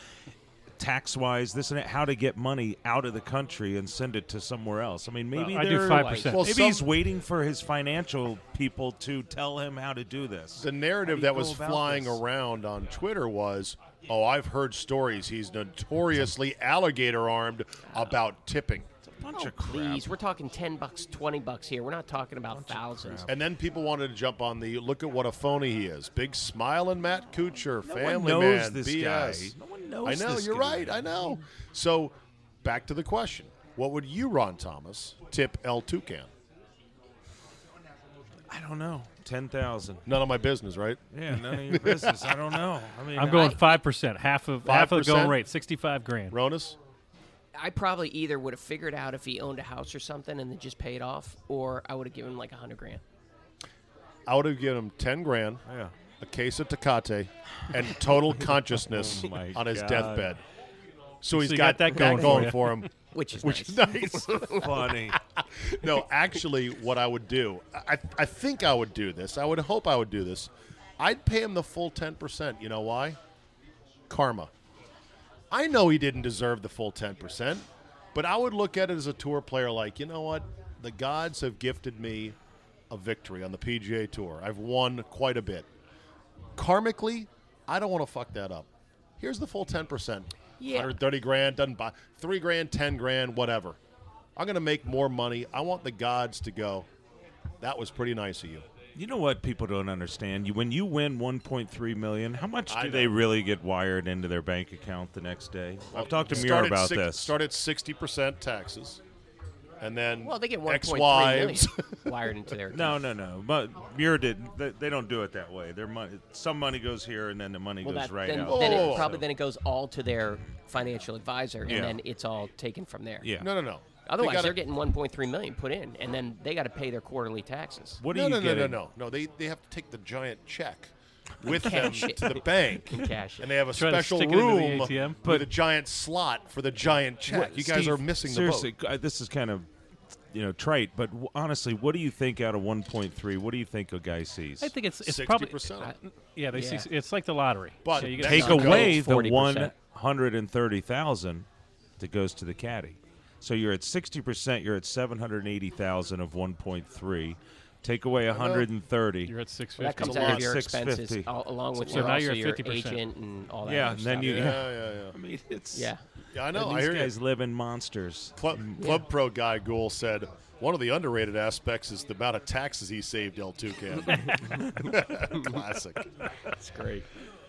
[SPEAKER 5] tax-wise this and that, how to get money out of the country and send it to somewhere else. I mean, maybe
[SPEAKER 3] Well, I do
[SPEAKER 5] they're-
[SPEAKER 3] five percent.
[SPEAKER 2] Well,
[SPEAKER 5] Maybe
[SPEAKER 2] some-
[SPEAKER 5] he's waiting for his financial people to tell him how to do this.
[SPEAKER 2] the narrative
[SPEAKER 5] How do you
[SPEAKER 2] that
[SPEAKER 5] go
[SPEAKER 2] was
[SPEAKER 5] about
[SPEAKER 2] flying
[SPEAKER 5] this?
[SPEAKER 2] around on Twitter was, "Oh, I've heard stories. He's notoriously alligator armed about tipping."
[SPEAKER 5] Bunch
[SPEAKER 4] Oh,
[SPEAKER 5] of crap.
[SPEAKER 4] please. We're talking 10 bucks, 20 bucks here. We're not talking about thousands.
[SPEAKER 2] And then people wanted to jump on the look at what a phony he is. Big smiling Matt Kuchar,
[SPEAKER 5] No one
[SPEAKER 2] family
[SPEAKER 5] knows
[SPEAKER 2] man,
[SPEAKER 5] this
[SPEAKER 2] BS.
[SPEAKER 5] guy. No one knows
[SPEAKER 2] I know
[SPEAKER 5] this
[SPEAKER 2] you're
[SPEAKER 5] guy.
[SPEAKER 2] right. I know. So, back to the question: What would you, Ron Thomas, tip El Toucan?
[SPEAKER 5] I don't know. Ten thousand.
[SPEAKER 2] None of my business, right?
[SPEAKER 5] Yeah, none of your business. I don't know. I mean,
[SPEAKER 3] I'm going
[SPEAKER 4] I-
[SPEAKER 3] five percent, half of half of the
[SPEAKER 2] 5%?
[SPEAKER 3] going rate, sixty-five grand.
[SPEAKER 2] Ronus,
[SPEAKER 4] I probably either would have figured out if he owned a house or something and then just paid off, or I would have given him like 100 grand.
[SPEAKER 2] I would have given him ten grand,
[SPEAKER 5] Yeah.
[SPEAKER 2] a case of Tecate, and total consciousness
[SPEAKER 5] Oh my
[SPEAKER 2] on his
[SPEAKER 5] God.
[SPEAKER 2] deathbed. So he's
[SPEAKER 3] So you
[SPEAKER 2] got,
[SPEAKER 3] got that going for you.
[SPEAKER 2] for him.
[SPEAKER 4] Which is
[SPEAKER 2] Which
[SPEAKER 4] nice.
[SPEAKER 2] is nice.
[SPEAKER 5] funny.
[SPEAKER 2] no, actually, what I would do, I, I think I would do this. I would hope I would do this. I'd pay him the full 10%. You know why? Karma. I know he didn't deserve the full 10%, but I would look at it as a tour player like, you know what? The gods have gifted me a victory on the PGA Tour. I've won quite a bit. Karmically, I don't want to fuck that up. Here's the full 10%.
[SPEAKER 4] Yeah.
[SPEAKER 2] 130 grand, doesn't buy 3 grand, 10 grand, whatever. I'm going to make more money. I want the gods to go. That was pretty nice of you.
[SPEAKER 5] You know what people don't understand? You when you win 1.3 million, how much do
[SPEAKER 2] I
[SPEAKER 5] they
[SPEAKER 2] know.
[SPEAKER 5] really get wired into their bank account the next day? I've talked to Muir
[SPEAKER 2] Start at
[SPEAKER 5] about
[SPEAKER 2] six-
[SPEAKER 5] this.
[SPEAKER 2] Start at 60% taxes. And then
[SPEAKER 4] Well, they get 1.3 million
[SPEAKER 2] ex-wives.
[SPEAKER 4] wired into their
[SPEAKER 5] no, no, no. But Muir did. They, they don't do it that way. Their money, some money goes here, and then the money
[SPEAKER 4] Well,
[SPEAKER 5] goes
[SPEAKER 4] that,
[SPEAKER 5] right
[SPEAKER 4] then,
[SPEAKER 5] out. Oh,
[SPEAKER 4] then
[SPEAKER 5] the
[SPEAKER 2] Whoa, whoa,
[SPEAKER 4] it,
[SPEAKER 2] whoa.
[SPEAKER 5] door.
[SPEAKER 4] probably then it goes all to their financial advisor, and
[SPEAKER 5] Yeah.
[SPEAKER 4] then it's all taken from there.
[SPEAKER 5] yeah.
[SPEAKER 2] No, no, no.
[SPEAKER 4] Otherwise,
[SPEAKER 2] gotta-
[SPEAKER 4] they are getting 1.3 million put in, and then they got to pay their quarterly taxes.
[SPEAKER 5] What
[SPEAKER 2] no,
[SPEAKER 5] are you
[SPEAKER 2] no, no,
[SPEAKER 5] getting?
[SPEAKER 2] no, no, no. They they have to take the giant check with them
[SPEAKER 4] Cash it.
[SPEAKER 2] to the bank,
[SPEAKER 4] And cash it.
[SPEAKER 2] and they have a
[SPEAKER 3] Try to
[SPEAKER 2] special
[SPEAKER 3] stick it into the
[SPEAKER 2] room
[SPEAKER 3] ATM.
[SPEAKER 2] with
[SPEAKER 5] But-
[SPEAKER 2] a giant slot for the giant check.
[SPEAKER 5] What-
[SPEAKER 2] you guys
[SPEAKER 5] Steve,
[SPEAKER 2] are missing
[SPEAKER 5] seriously,
[SPEAKER 2] the boat.
[SPEAKER 5] uh, this is kind of you know trite, but w- honestly, what do you think out of 1.3? What do you think a guy sees?
[SPEAKER 3] I think it's it's probably
[SPEAKER 2] 60%.
[SPEAKER 3] yeah. They
[SPEAKER 4] Yeah.
[SPEAKER 3] See, it's like the lottery.
[SPEAKER 2] But
[SPEAKER 3] So you
[SPEAKER 2] that
[SPEAKER 3] get-
[SPEAKER 5] take
[SPEAKER 4] Not goes
[SPEAKER 5] away the
[SPEAKER 4] 40%.
[SPEAKER 5] 130,000 that goes to the caddy. So you're at 60%, you're at 780,000 of 1.3. Take away 130.
[SPEAKER 3] you're at six
[SPEAKER 4] Well, that
[SPEAKER 3] fifty.
[SPEAKER 4] comes
[SPEAKER 2] a
[SPEAKER 4] out
[SPEAKER 2] lot.
[SPEAKER 4] of your expenses,
[SPEAKER 5] 650.
[SPEAKER 4] al- along with
[SPEAKER 3] So
[SPEAKER 4] your,
[SPEAKER 3] now
[SPEAKER 4] also
[SPEAKER 3] you're
[SPEAKER 4] your
[SPEAKER 3] 50%.
[SPEAKER 4] agent and all that.
[SPEAKER 5] yeah,
[SPEAKER 4] other
[SPEAKER 5] and then
[SPEAKER 4] stuff.
[SPEAKER 5] you
[SPEAKER 2] Yeah, yeah, yeah.
[SPEAKER 5] I mean, it's
[SPEAKER 4] yeah.
[SPEAKER 2] Yeah, I know. I
[SPEAKER 5] these
[SPEAKER 2] hear you.
[SPEAKER 5] guys live in monsters.
[SPEAKER 2] Club, Club Pro guy Ghoul said one of the underrated aspects is the amount of taxes he saved El Toucan. Classic.
[SPEAKER 4] that's great.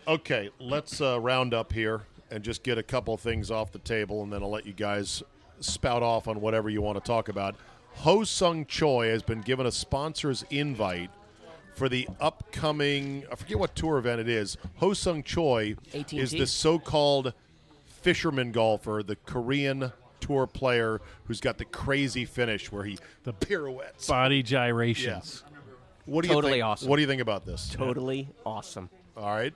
[SPEAKER 2] Okay, let's uh, round up here and just get a couple things off the table, and then I'll let you guys spout off on whatever you want to talk about. Ho Sung Choi has been given a sponsor's invite for the upcoming, I forget what tour event it is. Ho Sung Choi
[SPEAKER 4] AT&T.
[SPEAKER 2] is the so called fisherman golfer, the Korean tour player who's got the crazy finish where he the pirouettes.
[SPEAKER 3] body gyrations.
[SPEAKER 2] What do you
[SPEAKER 4] Totally
[SPEAKER 2] think?
[SPEAKER 4] awesome.
[SPEAKER 2] What do you think about this?
[SPEAKER 4] Totally awesome.
[SPEAKER 2] All right.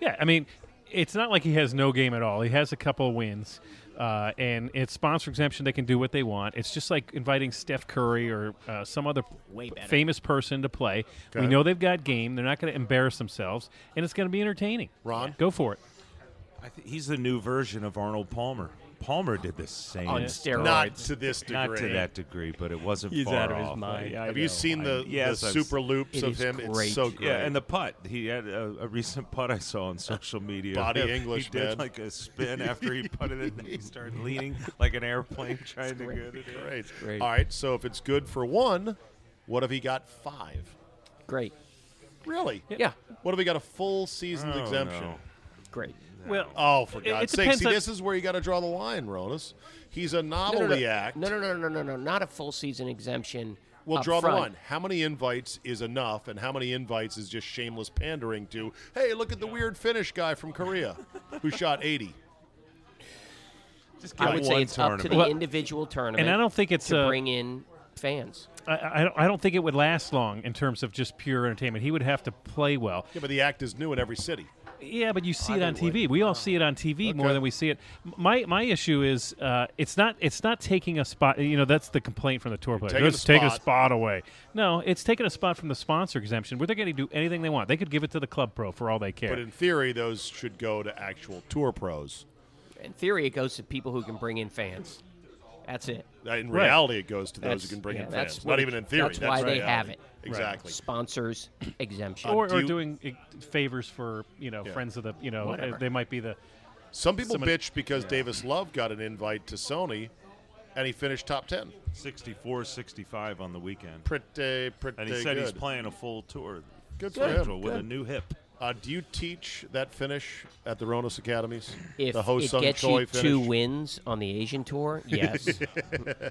[SPEAKER 3] Yeah, I mean, it's not like he has no game at all. He has a couple of wins, uh, and it's sponsor exemption. They can do what they want. It's just like inviting Steph Curry or uh, some other
[SPEAKER 4] Way better.
[SPEAKER 3] famous person to play.
[SPEAKER 2] Okay.
[SPEAKER 3] We know they've got game. They're not going to embarrass themselves, and it's going to be entertaining.
[SPEAKER 2] Ron?
[SPEAKER 3] go for it.
[SPEAKER 5] I th- he's the new version of Arnold Palmer. Palmer did the same.
[SPEAKER 4] On
[SPEAKER 5] stuff.
[SPEAKER 4] steroids.
[SPEAKER 2] Not to this degree.
[SPEAKER 5] Not to that degree, but it wasn't
[SPEAKER 6] He's
[SPEAKER 5] far
[SPEAKER 6] out of his
[SPEAKER 5] off.
[SPEAKER 6] mind. I
[SPEAKER 2] Have you
[SPEAKER 6] know.
[SPEAKER 2] seen the,
[SPEAKER 5] I- yes,
[SPEAKER 2] the
[SPEAKER 5] I've
[SPEAKER 2] super loops
[SPEAKER 4] It
[SPEAKER 2] of
[SPEAKER 4] is
[SPEAKER 2] him? It's
[SPEAKER 4] great.
[SPEAKER 2] so great.
[SPEAKER 5] Yeah, and the putt. He had a, a recent putt I saw on social media.
[SPEAKER 2] Body
[SPEAKER 5] He
[SPEAKER 2] English,
[SPEAKER 5] did
[SPEAKER 2] man.
[SPEAKER 5] like a spin after he putted it, and he started leaning like an airplane trying to get it. in.
[SPEAKER 2] great. All right, so if it's good for one, what if he got five?
[SPEAKER 4] Great.
[SPEAKER 2] Really?
[SPEAKER 4] Yeah.
[SPEAKER 2] What if he got a full season's
[SPEAKER 5] Oh,
[SPEAKER 2] exemption?
[SPEAKER 5] no.
[SPEAKER 4] Great.
[SPEAKER 3] Well,
[SPEAKER 2] Oh, for
[SPEAKER 3] It- it
[SPEAKER 2] God's sake.
[SPEAKER 3] depends
[SPEAKER 2] See,
[SPEAKER 3] on-
[SPEAKER 2] this is where you got to draw the line, Ronas. He's a
[SPEAKER 4] No, no,
[SPEAKER 2] novelty
[SPEAKER 4] no.
[SPEAKER 2] act.
[SPEAKER 4] No, no, no, no, no, no. Not a full season exemption
[SPEAKER 2] We'll
[SPEAKER 4] up
[SPEAKER 2] draw
[SPEAKER 4] front.
[SPEAKER 2] the line. How many invites is enough, and how many invites is just shameless pandering to? Hey, look at the weird Finnish guy from Korea who shot eighty.
[SPEAKER 6] Just give
[SPEAKER 4] I
[SPEAKER 6] it
[SPEAKER 4] would
[SPEAKER 6] one
[SPEAKER 4] say it's up to
[SPEAKER 6] tournament.
[SPEAKER 4] the
[SPEAKER 3] Well,
[SPEAKER 4] individual tournament.
[SPEAKER 3] and I don't think it's
[SPEAKER 4] to
[SPEAKER 3] uh,
[SPEAKER 4] bring in fans.
[SPEAKER 3] I, I, don't, I don't think it would last long in terms of just pure entertainment. He would have to play well.
[SPEAKER 2] Yeah, but the act is new in every city.
[SPEAKER 3] Yeah, but you see
[SPEAKER 6] I
[SPEAKER 3] it on
[SPEAKER 6] think it would.
[SPEAKER 3] TV. We all see it on TV more
[SPEAKER 2] Oh. Okay.
[SPEAKER 3] than we see it. M- My my issue is uh, it's not it's not taking a spot. You know that's the complaint from the tour player.
[SPEAKER 2] taking a
[SPEAKER 3] It's taking a
[SPEAKER 2] spot.
[SPEAKER 3] spot away. No, it's taking a spot from the sponsor exemption where they're going to do anything they want. They could give it to the club pro for all they care.
[SPEAKER 2] But in theory, those should go to actual tour pros.
[SPEAKER 4] In theory, it goes to people who can bring in fans. That's it.
[SPEAKER 2] Uh, In
[SPEAKER 3] Right.
[SPEAKER 2] reality, it goes to those
[SPEAKER 4] That's-
[SPEAKER 2] who can bring
[SPEAKER 4] yeah,
[SPEAKER 2] in
[SPEAKER 4] that's
[SPEAKER 2] fans.
[SPEAKER 4] what
[SPEAKER 2] Not
[SPEAKER 4] it-
[SPEAKER 2] even in theory.
[SPEAKER 4] that's why
[SPEAKER 2] reality.
[SPEAKER 4] they have it.
[SPEAKER 2] Exactly.
[SPEAKER 4] Sponsors exemption.
[SPEAKER 3] or,
[SPEAKER 2] do
[SPEAKER 3] or
[SPEAKER 2] you-
[SPEAKER 3] doing uh, favors for you know
[SPEAKER 2] Yeah.
[SPEAKER 3] friends of the you know
[SPEAKER 4] Whatever.
[SPEAKER 3] uh, they might be the
[SPEAKER 2] Some people
[SPEAKER 3] Someone-
[SPEAKER 2] bitch because Davis Love got an invite to Sony, and he finished top ten.
[SPEAKER 5] 64, 65 on the weekend.
[SPEAKER 2] Pretty, pretty
[SPEAKER 5] And he said
[SPEAKER 2] good.
[SPEAKER 5] he's playing a full tour
[SPEAKER 2] Good for
[SPEAKER 5] schedule
[SPEAKER 2] him.
[SPEAKER 5] with a
[SPEAKER 2] Good.
[SPEAKER 5] new hip.
[SPEAKER 2] Uh, do you teach that finish at the Ronos Academies?
[SPEAKER 4] if
[SPEAKER 2] the Ho
[SPEAKER 4] it
[SPEAKER 2] Sung
[SPEAKER 4] gets
[SPEAKER 2] Choi
[SPEAKER 4] you
[SPEAKER 2] finish?
[SPEAKER 4] two wins on the Asian tour, yes,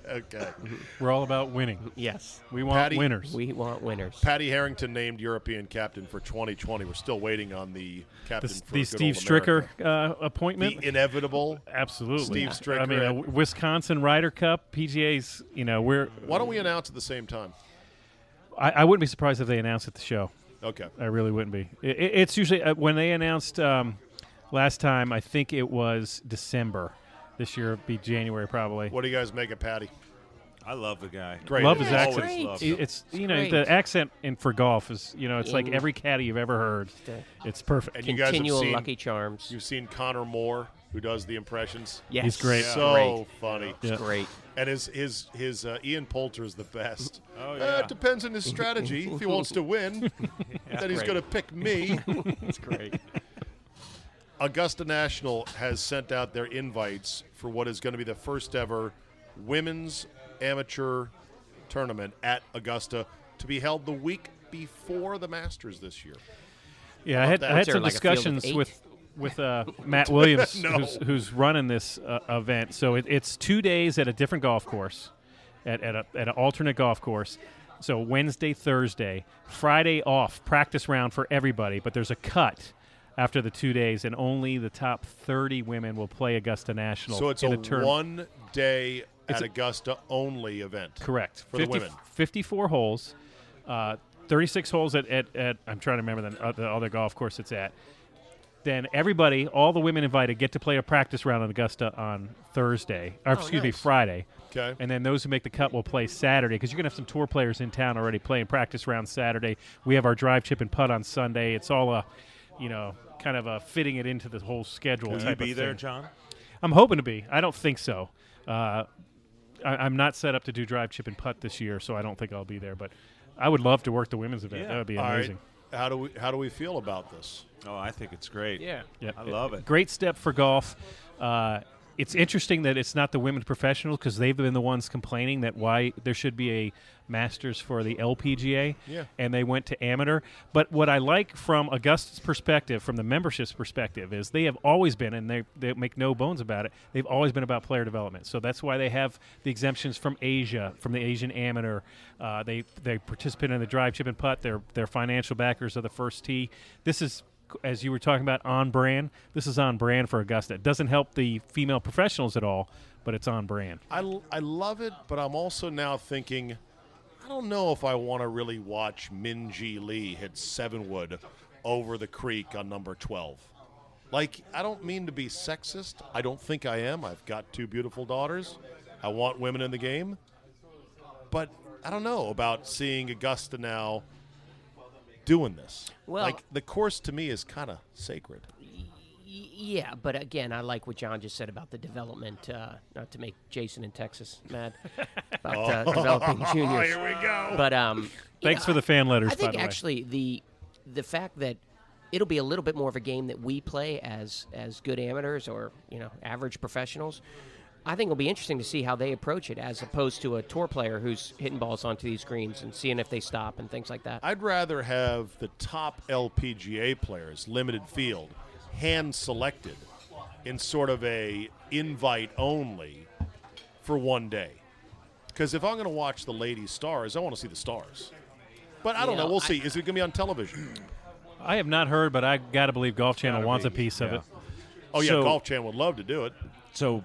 [SPEAKER 2] okay.
[SPEAKER 3] we're all about winning.
[SPEAKER 4] yes,
[SPEAKER 3] We want
[SPEAKER 2] Patty,
[SPEAKER 3] winners.
[SPEAKER 4] we want winners.
[SPEAKER 2] Patty Harrington named European captain for 2020. We're still waiting on the
[SPEAKER 3] the,
[SPEAKER 2] captain
[SPEAKER 3] s-
[SPEAKER 2] for
[SPEAKER 3] the
[SPEAKER 2] good
[SPEAKER 3] Steve
[SPEAKER 2] old
[SPEAKER 3] Stricker
[SPEAKER 2] America.
[SPEAKER 3] uh, appointment.
[SPEAKER 2] the inevitable.
[SPEAKER 3] Absolutely,
[SPEAKER 2] Steve
[SPEAKER 3] I mean,
[SPEAKER 2] Stricker.
[SPEAKER 3] a W- Wisconsin Ryder Cup, PGA's. You know, we're.
[SPEAKER 2] Why don't we announce at the same time?
[SPEAKER 3] I, I wouldn't be surprised if they announced at the show.
[SPEAKER 2] Okay.
[SPEAKER 3] I really wouldn't be. I- I it's usually uh, when they announced um, last time. I think it was December. This year it'd be January probably.
[SPEAKER 2] What do you guys make of Patty?
[SPEAKER 5] I love the guy.
[SPEAKER 2] Great.
[SPEAKER 3] Love his
[SPEAKER 5] Always
[SPEAKER 3] accent.
[SPEAKER 4] great.
[SPEAKER 5] loved
[SPEAKER 3] I-
[SPEAKER 5] him.
[SPEAKER 3] It's you know
[SPEAKER 4] great.
[SPEAKER 3] the accent in for golf is you know it's like
[SPEAKER 4] In-
[SPEAKER 3] every caddy you've ever heard.
[SPEAKER 4] The
[SPEAKER 3] It's perfect.
[SPEAKER 2] And you guys have
[SPEAKER 4] Continual
[SPEAKER 2] seen
[SPEAKER 4] Lucky Charms.
[SPEAKER 2] you've seen Connor Moore who does the impressions.
[SPEAKER 4] Yes,
[SPEAKER 3] He's great. Yeah.
[SPEAKER 2] So funny.
[SPEAKER 3] Yeah.
[SPEAKER 4] great.
[SPEAKER 2] And his his his uh, Ian Poulter is the best.
[SPEAKER 5] Oh,
[SPEAKER 2] Uh,
[SPEAKER 5] yeah.
[SPEAKER 2] it depends on his strategy. if he wants to win, then he's
[SPEAKER 4] Right.
[SPEAKER 2] going to pick me.
[SPEAKER 4] It's great.
[SPEAKER 2] Augusta National has sent out their invites for what is going to be the first ever women's amateur tournament at Augusta to be held the week before the Masters this year.
[SPEAKER 3] Yeah, I had,
[SPEAKER 2] that.
[SPEAKER 3] I had
[SPEAKER 2] What's
[SPEAKER 4] there,
[SPEAKER 3] some
[SPEAKER 4] like a field of
[SPEAKER 3] discussions
[SPEAKER 4] eight?
[SPEAKER 3] with with uh, Matt Williams,
[SPEAKER 2] No.
[SPEAKER 3] who's, who's running this uh, event. So it, it's two days at a different golf course, at at, a, at an alternate golf course. So Wednesday, Thursday, Friday off practice round for everybody, but there's a cut after the two days, and only the top 30 women will play Augusta National.
[SPEAKER 2] So it's
[SPEAKER 3] in
[SPEAKER 2] a
[SPEAKER 3] the term.
[SPEAKER 2] one day
[SPEAKER 3] It's
[SPEAKER 2] at
[SPEAKER 3] a-
[SPEAKER 2] Augusta only event.
[SPEAKER 3] Correct.
[SPEAKER 2] For the women.
[SPEAKER 3] 54 holes, uh, 36 holes at, at, at, I'm trying to remember the, uh, the other golf course it's at. Then everybody, all the women invited, get to play a practice round in Augusta on Thursday, or excuse me,
[SPEAKER 2] nice.
[SPEAKER 3] Friday.
[SPEAKER 2] Okay.
[SPEAKER 3] And then those who make the cut will play Saturday because you're going to have some tour players in town already playing practice round Saturday. We have our drive, chip, and putt on Sunday. It's all a, you know, kind of a fitting it into the whole schedule.
[SPEAKER 5] Will you
[SPEAKER 3] type
[SPEAKER 5] be
[SPEAKER 3] of
[SPEAKER 5] there,
[SPEAKER 3] thing.
[SPEAKER 5] John?
[SPEAKER 3] I'm hoping to be. I don't think so. Uh, I, I'm not set up to do drive, chip, and putt this year, so I don't think I'll be there. But I would love to work the women's event.
[SPEAKER 5] Yeah.
[SPEAKER 3] That would be
[SPEAKER 2] All right.
[SPEAKER 3] amazing.
[SPEAKER 2] How do we how do we feel about this?
[SPEAKER 5] Oh, I think it's great.
[SPEAKER 4] Yeah.
[SPEAKER 3] Yeah,
[SPEAKER 5] I love it.
[SPEAKER 3] Great step for golf. Uh, it's interesting that it's not the women professionals because they've been the ones complaining that why there should be a masters for the LPGA.
[SPEAKER 2] Yeah.
[SPEAKER 3] And they went to amateur. But what I like from Augusta's perspective, from the membership's perspective, is they have always been, and they, they make no bones about it, they've always been about player development. So that's why they have the exemptions from Asia, from the Asian amateur. Uh, they they participate in the drive, chip, and putt. They're, they're financial backers of the first tee. This is as you were talking about on brand this is on brand for augusta it doesn't help the female professionals at all but it's on brand
[SPEAKER 2] I, l- I love it, but I'm also now thinking, I don't know if I want to really watch Minji Lee hit seven wood over the creek on number 12. Like, I don't mean to be sexist. I don't think I am. I've got two beautiful daughters. I want women in the game. But I don't know about seeing Augusta now doing this.
[SPEAKER 4] Well-
[SPEAKER 2] like, the course to me is kind of sacred.
[SPEAKER 4] Y- Yeah, but again, I like what John just said about the development. Uh, not to make Jason in Texas mad about uh, developing juniors. Here we go. But um, you
[SPEAKER 3] thanks
[SPEAKER 4] know,
[SPEAKER 3] for the fan letters
[SPEAKER 4] I think
[SPEAKER 3] by the way
[SPEAKER 4] actually the the fact that it'll be a little bit more of a game that we play as as good amateurs or you know average professionals. I think it'll be interesting to see how they approach it as opposed to a tour player who's hitting balls onto these greens and seeing if they stop and things like that.
[SPEAKER 2] I'd rather have the top LPGA players, limited field, hand selected in sort of a invite only for one day. Because if I'm going to watch the ladies' stars, I want to see the stars. But I don't
[SPEAKER 4] You
[SPEAKER 2] know.
[SPEAKER 4] know,
[SPEAKER 2] We'll
[SPEAKER 4] I-
[SPEAKER 2] see. Is it going to be on television?
[SPEAKER 3] I have not heard, but I got to believe Golf Channel wants a piece of
[SPEAKER 5] yeah.
[SPEAKER 3] it.
[SPEAKER 2] Oh yeah,
[SPEAKER 5] So-
[SPEAKER 2] Golf Channel would love to do it.
[SPEAKER 5] So,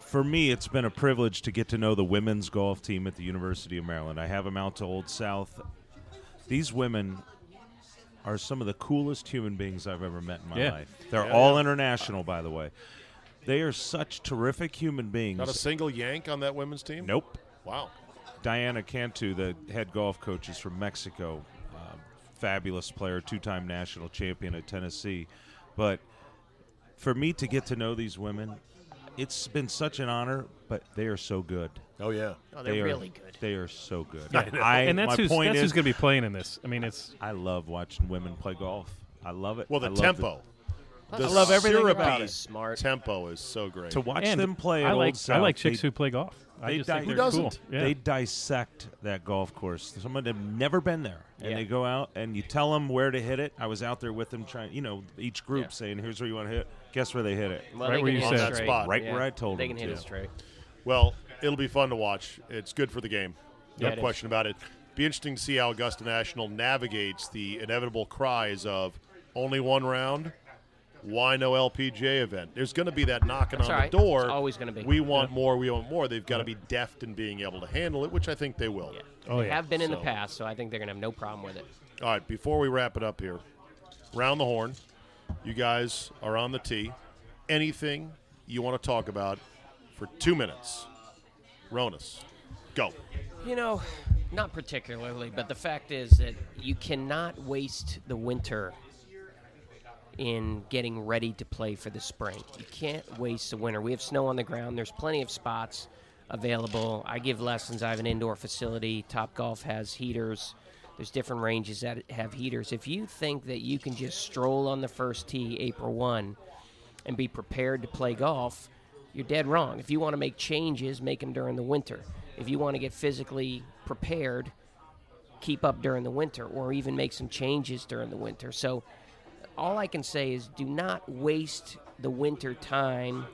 [SPEAKER 5] for me, it's been a privilege to get to know the women's golf team at the University of Maryland. I have them out to Old South. These women are some of the coolest human beings I've ever met in my
[SPEAKER 3] Yeah.
[SPEAKER 5] life. They're
[SPEAKER 2] Yeah,
[SPEAKER 5] all international, by the way. They are such terrific human beings.
[SPEAKER 2] Not a single Yank on that women's team.
[SPEAKER 5] nope.
[SPEAKER 2] Wow.
[SPEAKER 5] Diana Cantu, the head golf coach, is from Mexico. Um, fabulous player, two time national champion at Tennessee. But for me to get to know these women, it's been such an honor, but they are so good.
[SPEAKER 2] Oh yeah.
[SPEAKER 4] Oh, they're
[SPEAKER 5] are
[SPEAKER 4] really good.
[SPEAKER 5] They are so good.
[SPEAKER 3] Yeah.
[SPEAKER 5] I,
[SPEAKER 3] and that's
[SPEAKER 5] my
[SPEAKER 3] who's
[SPEAKER 5] point
[SPEAKER 3] that's who's
[SPEAKER 5] is,
[SPEAKER 3] going to be playing in this. I mean, it's
[SPEAKER 5] I love watching women play golf. I love it.
[SPEAKER 2] Well, the
[SPEAKER 5] I love
[SPEAKER 2] tempo.
[SPEAKER 4] Plus,
[SPEAKER 2] The
[SPEAKER 4] they're
[SPEAKER 2] love everything
[SPEAKER 4] syrupy
[SPEAKER 2] about it.
[SPEAKER 4] Smart.
[SPEAKER 2] Tempo is so great.
[SPEAKER 5] to watch
[SPEAKER 3] and
[SPEAKER 5] them play.
[SPEAKER 3] I
[SPEAKER 5] at
[SPEAKER 3] like
[SPEAKER 5] Old South,
[SPEAKER 3] I like
[SPEAKER 5] they-
[SPEAKER 3] chicks who play golf. I
[SPEAKER 5] they
[SPEAKER 3] just
[SPEAKER 5] di-
[SPEAKER 3] think
[SPEAKER 5] Who
[SPEAKER 3] they're
[SPEAKER 2] doesn't?
[SPEAKER 3] cool. Yeah.
[SPEAKER 5] They dissect that golf course. Someone had never been there, and
[SPEAKER 4] Yeah.
[SPEAKER 5] they go out and you tell them where to hit it. I was out there with them trying, you know, each group saying, "Here's where you want to hit." Guess where they hit it?
[SPEAKER 4] Well,
[SPEAKER 3] Right
[SPEAKER 4] they
[SPEAKER 3] where
[SPEAKER 4] can
[SPEAKER 3] you
[SPEAKER 4] hit
[SPEAKER 2] said.
[SPEAKER 4] it
[SPEAKER 2] On that
[SPEAKER 4] straight.
[SPEAKER 2] spot.
[SPEAKER 5] Right where I told
[SPEAKER 4] they
[SPEAKER 5] them
[SPEAKER 4] can hit
[SPEAKER 5] to.
[SPEAKER 4] it straight.
[SPEAKER 2] Well, it'll be fun to watch. It's good for the game. No
[SPEAKER 4] Yeah, it is.
[SPEAKER 2] question about it. Be interesting to see how Augusta National navigates the inevitable cries of only one round. Why no LPGA event? There's going to be that knocking
[SPEAKER 4] That's
[SPEAKER 2] on
[SPEAKER 4] all right.
[SPEAKER 2] the door.
[SPEAKER 4] It's always gonna be.
[SPEAKER 2] We want more. We want more. They've got to be deft in being able to handle it, which I think they will.
[SPEAKER 4] Yeah.
[SPEAKER 3] Oh,
[SPEAKER 4] they
[SPEAKER 3] yeah.
[SPEAKER 4] have been in the
[SPEAKER 2] So-
[SPEAKER 4] past, so I think they're going to have no problem with it.
[SPEAKER 2] Uh, All right, before we wrap it up here, round the horn. You guys are on the tee. Anything you want to talk about for two minutes? Ronas, go.
[SPEAKER 4] You know, not particularly, but the fact is that you cannot waste the winter in getting ready to play for the spring. You can't waste the winter. We have snow on the ground, there's plenty of spots available. I give lessons, I have an indoor facility. Top Golf has heaters. There's different ranges that have heaters. If you think that you can just stroll on the first tee April 1 and be prepared to play golf, you're dead wrong. If you want to make changes, make them during the winter. If you want to get physically prepared, keep up during the winter or even make some changes during the winter. So all I can say is do not waste the winter time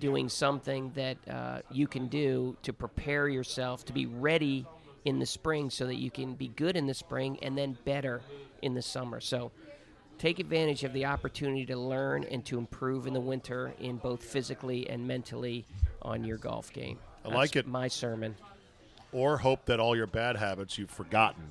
[SPEAKER 4] doing something that uh, you can do to prepare yourself to be ready in the spring so that you can be good in the spring and then better in the summer. So take advantage of the opportunity to learn and to improve in the winter in both physically and mentally on your golf game.
[SPEAKER 2] I like
[SPEAKER 4] That's
[SPEAKER 2] it.
[SPEAKER 4] My sermon.
[SPEAKER 2] Or hope that all your bad habits you've forgotten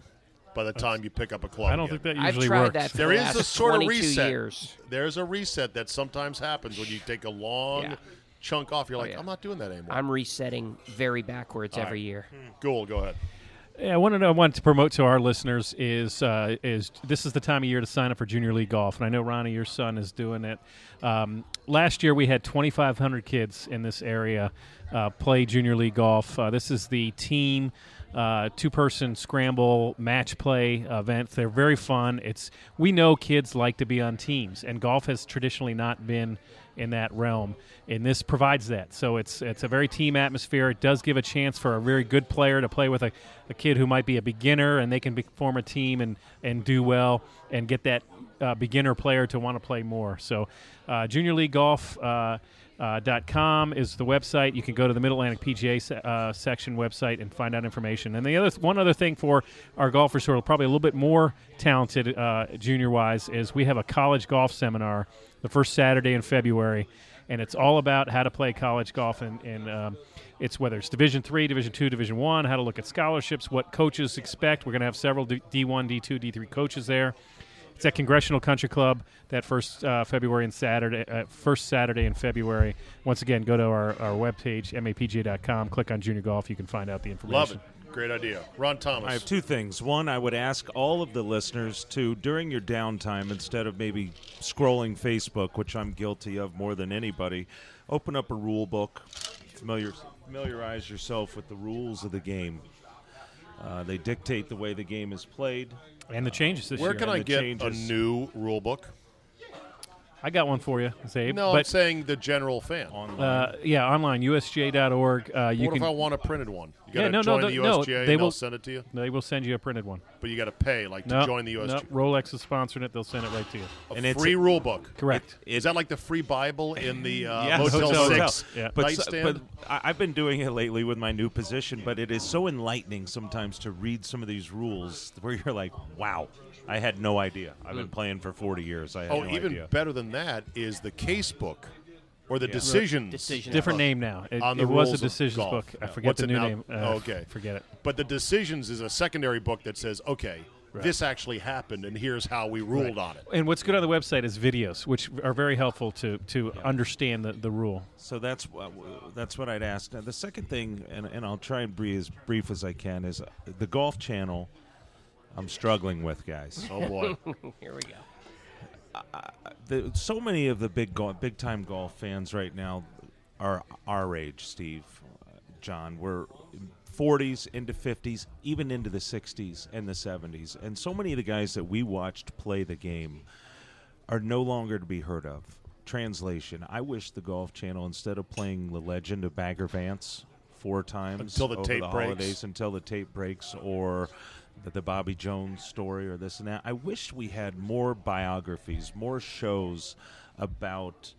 [SPEAKER 2] by the time you pick up a club.
[SPEAKER 3] I don't
[SPEAKER 2] again.
[SPEAKER 3] think that
[SPEAKER 4] I've
[SPEAKER 3] usually
[SPEAKER 4] tried
[SPEAKER 3] works.
[SPEAKER 4] that for
[SPEAKER 2] there
[SPEAKER 4] the
[SPEAKER 2] is
[SPEAKER 4] last
[SPEAKER 2] a sort of
[SPEAKER 4] 22
[SPEAKER 2] reset.
[SPEAKER 4] years.
[SPEAKER 2] There's a reset that sometimes happens when you take a long
[SPEAKER 4] Yeah.
[SPEAKER 2] chunk off.
[SPEAKER 3] Oh,
[SPEAKER 2] You're like,
[SPEAKER 4] yeah.
[SPEAKER 2] I'm not doing that anymore.
[SPEAKER 4] I'm resetting very backwards every year.
[SPEAKER 2] cool. Go ahead.
[SPEAKER 3] Yeah, one that I wanted to promote to our listeners is uh, is this is the time of year to sign up for junior league golf, and I know Ronnie, your son, is doing it. Um, last year, we had 2,500 kids in this area uh, play junior league golf. Uh, this is the team. Uh, two-person scramble match play event. They're very fun. It's we know kids like to be on teams, and golf has traditionally not been in that realm, and this provides that. So it's it's a very team atmosphere. It does give a chance for a very good player to play with a, a kid who might be a beginner, and they can be, form a team and and do well and get that uh, beginner player to want to play more. So, uh, Junior League Golf. Uh, uh, dot .com is the website. You can go to the Mid Atlantic PGA se- uh, section website and find out information. And the other one other thing for our golfers who are probably a little bit more talented uh, junior wise is we have a college golf seminar the first Saturday in February, and it's all about how to play college golf and, and um, it's whether it's Division three, Division two, Division one, how to look at scholarships, what coaches expect. We're going to have several D one, D two, D three coaches there. It's at Congressional Country Club that first uh, February and Saturday, uh, first Saturday in February. Once again, go to our, our webpage, mapga.com, click on Junior Golf. You can find out the information.
[SPEAKER 2] Love it. Great idea. Ron Thomas.
[SPEAKER 5] I have two things. One, I would ask all of the listeners to, during your downtime, instead of maybe scrolling Facebook, which I'm guilty of more than anybody, open up a rule book, familiar, familiarize yourself with the rules of the game. Uh, they dictate the way the game is played.
[SPEAKER 3] And the changes this
[SPEAKER 2] Where
[SPEAKER 3] year.
[SPEAKER 2] can I
[SPEAKER 5] the
[SPEAKER 2] get a
[SPEAKER 5] changes.
[SPEAKER 2] new rule book?
[SPEAKER 3] I got one for you, Zabe.
[SPEAKER 2] No, I'm
[SPEAKER 3] but
[SPEAKER 2] saying the general fan.
[SPEAKER 3] uh, yeah, online USJ.org. Uh, you
[SPEAKER 2] what
[SPEAKER 3] can.
[SPEAKER 2] if I want a printed one? You
[SPEAKER 3] Yeah,
[SPEAKER 2] gotta
[SPEAKER 3] no, no,
[SPEAKER 2] join
[SPEAKER 3] no,
[SPEAKER 2] the
[SPEAKER 3] no,
[SPEAKER 2] USGA
[SPEAKER 3] they
[SPEAKER 2] and
[SPEAKER 3] will-
[SPEAKER 2] they'll send it to you.
[SPEAKER 3] they will send you a printed one.
[SPEAKER 2] But you gotta pay like to
[SPEAKER 3] No,
[SPEAKER 2] join the USGA.
[SPEAKER 3] no, Rolex is sponsoring it. They'll send it right to you.
[SPEAKER 2] A
[SPEAKER 5] And it's-
[SPEAKER 2] free rule book.
[SPEAKER 3] Correct.
[SPEAKER 5] It-
[SPEAKER 2] Is that like the free Bible in the uh,
[SPEAKER 5] Yes.
[SPEAKER 2] Motel
[SPEAKER 3] Hotel
[SPEAKER 2] Six
[SPEAKER 3] Hotel. Yeah.
[SPEAKER 5] But, so-
[SPEAKER 2] nightstand?
[SPEAKER 5] but I, I've been doing it lately with my new position, but it is so enlightening sometimes to read some of these rules where you're like, wow, I had no idea. I've been playing for 40 years. I had
[SPEAKER 2] Mm. oh,
[SPEAKER 5] no
[SPEAKER 2] even
[SPEAKER 5] idea.
[SPEAKER 2] better than that is the case book or the decisions.
[SPEAKER 4] Decision.
[SPEAKER 3] Different name now. It,
[SPEAKER 2] On the
[SPEAKER 3] it was
[SPEAKER 2] rules
[SPEAKER 3] a
[SPEAKER 2] of
[SPEAKER 3] decisions
[SPEAKER 2] golf.
[SPEAKER 3] book. I
[SPEAKER 2] Yeah.
[SPEAKER 3] forget
[SPEAKER 2] What's
[SPEAKER 3] the
[SPEAKER 2] it
[SPEAKER 3] new
[SPEAKER 2] now?
[SPEAKER 3] name. Uh,
[SPEAKER 2] Oh,
[SPEAKER 3] f-
[SPEAKER 2] okay.
[SPEAKER 3] Forget it.
[SPEAKER 2] But the decisions is a secondary book that says, okay, this actually happened, and here's how we ruled on it.
[SPEAKER 3] And what's good on the website is videos, which are very helpful to to understand the, the rule.
[SPEAKER 5] So that's wha- wha- that's what I'd ask. Now, the second thing, and, and I'll try and be as brief as I can, is uh, the Golf Channel. I'm struggling with guys.
[SPEAKER 2] Oh boy,
[SPEAKER 4] Here we go.
[SPEAKER 5] The, so many of the big go- big time golf fans right now are our age, Steve, uh, John. We're 40s into 50s, even into the 60s and the 70s. And so many of the guys that we watched play the game are no longer to be heard of. Translation: I wish the Golf Channel, instead of playing the Legend of Bagger Vance four times
[SPEAKER 2] Until the
[SPEAKER 5] over
[SPEAKER 2] tape
[SPEAKER 5] the
[SPEAKER 2] breaks.
[SPEAKER 5] holidays, until the tape breaks, or the, the Bobby Jones story, or this and that. I wish we had more biographies, more shows about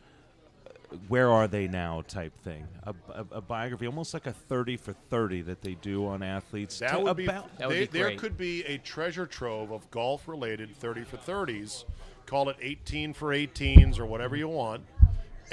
[SPEAKER 5] uh, where are they now type thing a, a, a biography almost like a 30 for 30 that they do on athletes
[SPEAKER 2] that
[SPEAKER 5] to
[SPEAKER 2] would be,
[SPEAKER 5] about-
[SPEAKER 4] That would
[SPEAKER 2] they-
[SPEAKER 4] be
[SPEAKER 2] There
[SPEAKER 4] great.
[SPEAKER 2] could be a treasure trove of golf-related thirty for thirties. Call it eighteen for 18s or whatever you want,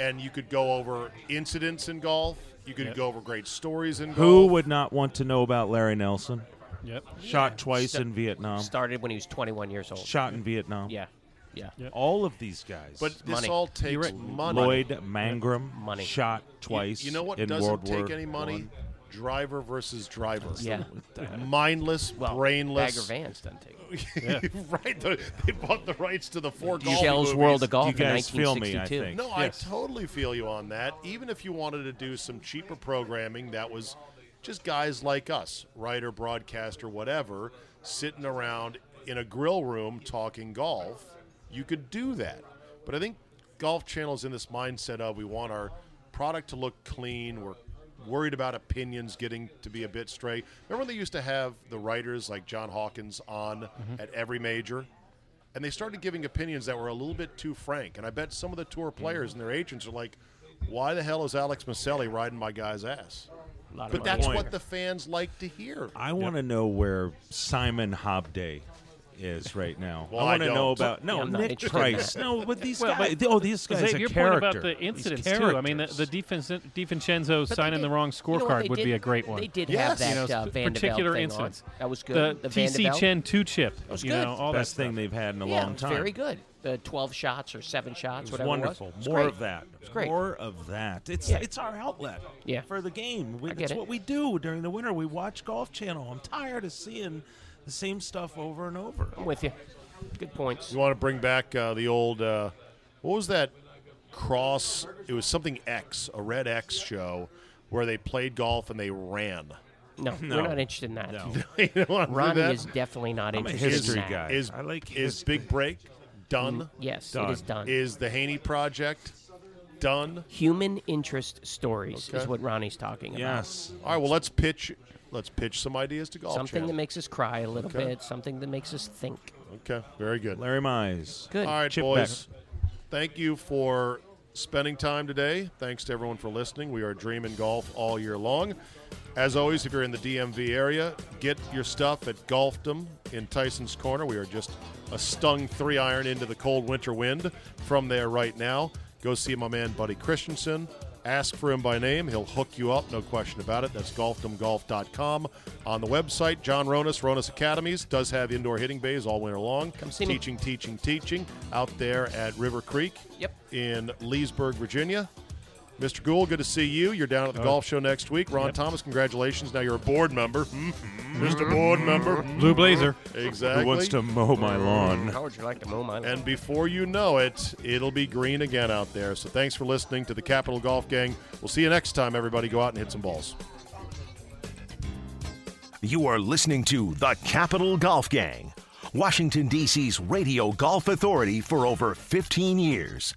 [SPEAKER 2] and you could go over incidents in golf. You could go over great stories in
[SPEAKER 5] who
[SPEAKER 2] golf.
[SPEAKER 5] would not want to know about larry nelson
[SPEAKER 3] Yep.
[SPEAKER 5] shot twice in vietnam
[SPEAKER 4] Started when he was 21 years old.
[SPEAKER 5] shot in vietnam
[SPEAKER 4] Yeah. Yeah.
[SPEAKER 5] all of these guys
[SPEAKER 2] But this
[SPEAKER 4] Money.
[SPEAKER 2] all takes
[SPEAKER 3] right.
[SPEAKER 2] money.
[SPEAKER 5] lloyd mangrum
[SPEAKER 4] Money.
[SPEAKER 5] shot
[SPEAKER 2] You-
[SPEAKER 5] twice
[SPEAKER 2] You, know what
[SPEAKER 5] in
[SPEAKER 2] doesn't
[SPEAKER 5] world
[SPEAKER 2] take
[SPEAKER 5] war
[SPEAKER 2] any money? Driver versus driver.
[SPEAKER 4] Yeah.
[SPEAKER 2] Mindless,
[SPEAKER 4] Well,
[SPEAKER 2] brainless.
[SPEAKER 4] Bagger Vance doesn't take it.
[SPEAKER 2] right. the- they bought the rights to the four golf
[SPEAKER 4] Shell's
[SPEAKER 2] movies.
[SPEAKER 4] World of Golf
[SPEAKER 5] You
[SPEAKER 4] in
[SPEAKER 5] guys feel me, I
[SPEAKER 4] 1962.
[SPEAKER 5] think.
[SPEAKER 2] No,
[SPEAKER 3] Yes.
[SPEAKER 2] I totally feel you on that. Even if you wanted to do some cheaper programming that was just guys like us, writer, broadcaster, whatever, sitting around in a grill room talking golf, you could do that. But I think Golf Channel's in this mindset of we want our product to look clean. We're worried about opinions getting to be a bit stray. Remember when they used to have the writers like John Hawkins on at every major? and they started giving opinions that were a little bit too frank. And I bet some of the tour players and their agents are like, "Why the hell is Alex Maselli riding my guy's ass?"
[SPEAKER 4] A lot of
[SPEAKER 2] But
[SPEAKER 4] money.
[SPEAKER 2] that's what the fans like to hear.
[SPEAKER 5] I want to know where Simon Hobday is right now.
[SPEAKER 2] Well,
[SPEAKER 5] I
[SPEAKER 2] I
[SPEAKER 5] want to know
[SPEAKER 2] don't.
[SPEAKER 5] about no
[SPEAKER 4] Yeah, I'm not
[SPEAKER 5] Nick
[SPEAKER 4] interested in
[SPEAKER 5] Price.
[SPEAKER 4] that.
[SPEAKER 5] No, but these
[SPEAKER 3] Well,
[SPEAKER 5] guys.
[SPEAKER 3] but-
[SPEAKER 5] oh, this guy's
[SPEAKER 3] Zabe,
[SPEAKER 5] a
[SPEAKER 3] your point
[SPEAKER 5] character.
[SPEAKER 3] about the
[SPEAKER 5] These
[SPEAKER 3] incidents too. I mean, the, the defense
[SPEAKER 5] characters.
[SPEAKER 3] DiVincenzo
[SPEAKER 4] But they
[SPEAKER 3] signing the
[SPEAKER 4] did-
[SPEAKER 3] wrong
[SPEAKER 4] you know what
[SPEAKER 3] scorecard
[SPEAKER 4] they
[SPEAKER 3] would
[SPEAKER 4] did?
[SPEAKER 3] be a great one.
[SPEAKER 4] They did
[SPEAKER 2] Yes.
[SPEAKER 4] have that
[SPEAKER 2] You know,
[SPEAKER 4] uh,
[SPEAKER 3] sp-
[SPEAKER 4] Van de Velde
[SPEAKER 3] particular
[SPEAKER 4] thing
[SPEAKER 3] incidents.
[SPEAKER 4] on. That was good.
[SPEAKER 3] The,
[SPEAKER 4] Van de
[SPEAKER 3] TC
[SPEAKER 4] Velde.
[SPEAKER 3] Chen two chip.
[SPEAKER 4] was
[SPEAKER 3] you
[SPEAKER 4] good.
[SPEAKER 3] know, all
[SPEAKER 5] best
[SPEAKER 3] that
[SPEAKER 5] thing they've had in a
[SPEAKER 4] yeah,
[SPEAKER 5] long time.
[SPEAKER 4] very good. The 12 shots or seven shots,
[SPEAKER 5] It's
[SPEAKER 4] whatever
[SPEAKER 5] wonderful.
[SPEAKER 4] it was. It's
[SPEAKER 5] More
[SPEAKER 4] great.
[SPEAKER 5] of that.
[SPEAKER 4] It's great.
[SPEAKER 5] More of that. It's
[SPEAKER 4] Yeah.
[SPEAKER 5] it's our outlet.
[SPEAKER 4] Yeah.
[SPEAKER 5] For the game, we,
[SPEAKER 4] I get
[SPEAKER 5] that's
[SPEAKER 4] it.
[SPEAKER 5] what we do during the winter. We watch Golf Channel. I'm tired of seeing the same stuff over and over.
[SPEAKER 4] I'm with you. Good points.
[SPEAKER 2] You want to bring back uh, the old uh, what was that cross? It was something X, a red X show where they played golf and they ran.
[SPEAKER 4] No, we're not interested in that.
[SPEAKER 5] No.
[SPEAKER 2] you don't wanna do
[SPEAKER 4] Ronnie
[SPEAKER 2] that?
[SPEAKER 4] is definitely not
[SPEAKER 5] I'm a
[SPEAKER 4] interested
[SPEAKER 5] history
[SPEAKER 4] in that.
[SPEAKER 5] guy.
[SPEAKER 2] is
[SPEAKER 5] I like
[SPEAKER 2] is
[SPEAKER 5] his-
[SPEAKER 2] Big Break done?
[SPEAKER 4] Mm, Yes,
[SPEAKER 5] Done.
[SPEAKER 4] it is done.
[SPEAKER 2] Is the Haney Project done?
[SPEAKER 4] Human interest stories
[SPEAKER 2] Okay.
[SPEAKER 4] is what Ronnie's talking about.
[SPEAKER 5] Yes.
[SPEAKER 2] All right. Well, let's pitch. Let's pitch some ideas to golf.
[SPEAKER 4] Something that
[SPEAKER 2] Channel.
[SPEAKER 4] makes us cry a little
[SPEAKER 2] Okay.
[SPEAKER 4] bit, something that makes us think.
[SPEAKER 2] okay. Very good.
[SPEAKER 5] Larry Mize.
[SPEAKER 4] Good.
[SPEAKER 2] All right,
[SPEAKER 5] Chip
[SPEAKER 2] boys. Thank you for spending time today. Thanks to everyone for listening. We are dreaming golf all year long. As always, if you're in the DMV area, get your stuff at Golfdom in Tyson's Corner. We are just a stung three iron into the cold winter wind from there right now. Go see my man Buddy Christensen. Ask for him by name. He'll hook you up, no question about it. That's golfdomgolf.com. On the website, John Ronas, Ronas Academies, does have indoor hitting bays all winter long.
[SPEAKER 4] Come see me.
[SPEAKER 2] Teaching, teaching, teaching out there at River Creek
[SPEAKER 4] Yep.
[SPEAKER 2] in Leesburg, Virginia. Mr. Gould, good to see you. You're down at the
[SPEAKER 5] Uh,
[SPEAKER 2] golf show next week. Ron Thomas, congratulations. Now you're a board member. Mhm. Mr. Board member.
[SPEAKER 3] Blue Blazer.
[SPEAKER 2] Exactly.
[SPEAKER 5] Who wants Mm-hmm. to mow my lawn?
[SPEAKER 4] How would you like to mow my lawn?
[SPEAKER 2] And before you know it, it'll be green again out there. So thanks for listening to the Capital Golf Gang. We'll see you next time, everybody. Go out and hit some balls.
[SPEAKER 1] You are listening to The Capital Golf Gang, Washington, D.C.'s radio golf authority for over 15 years.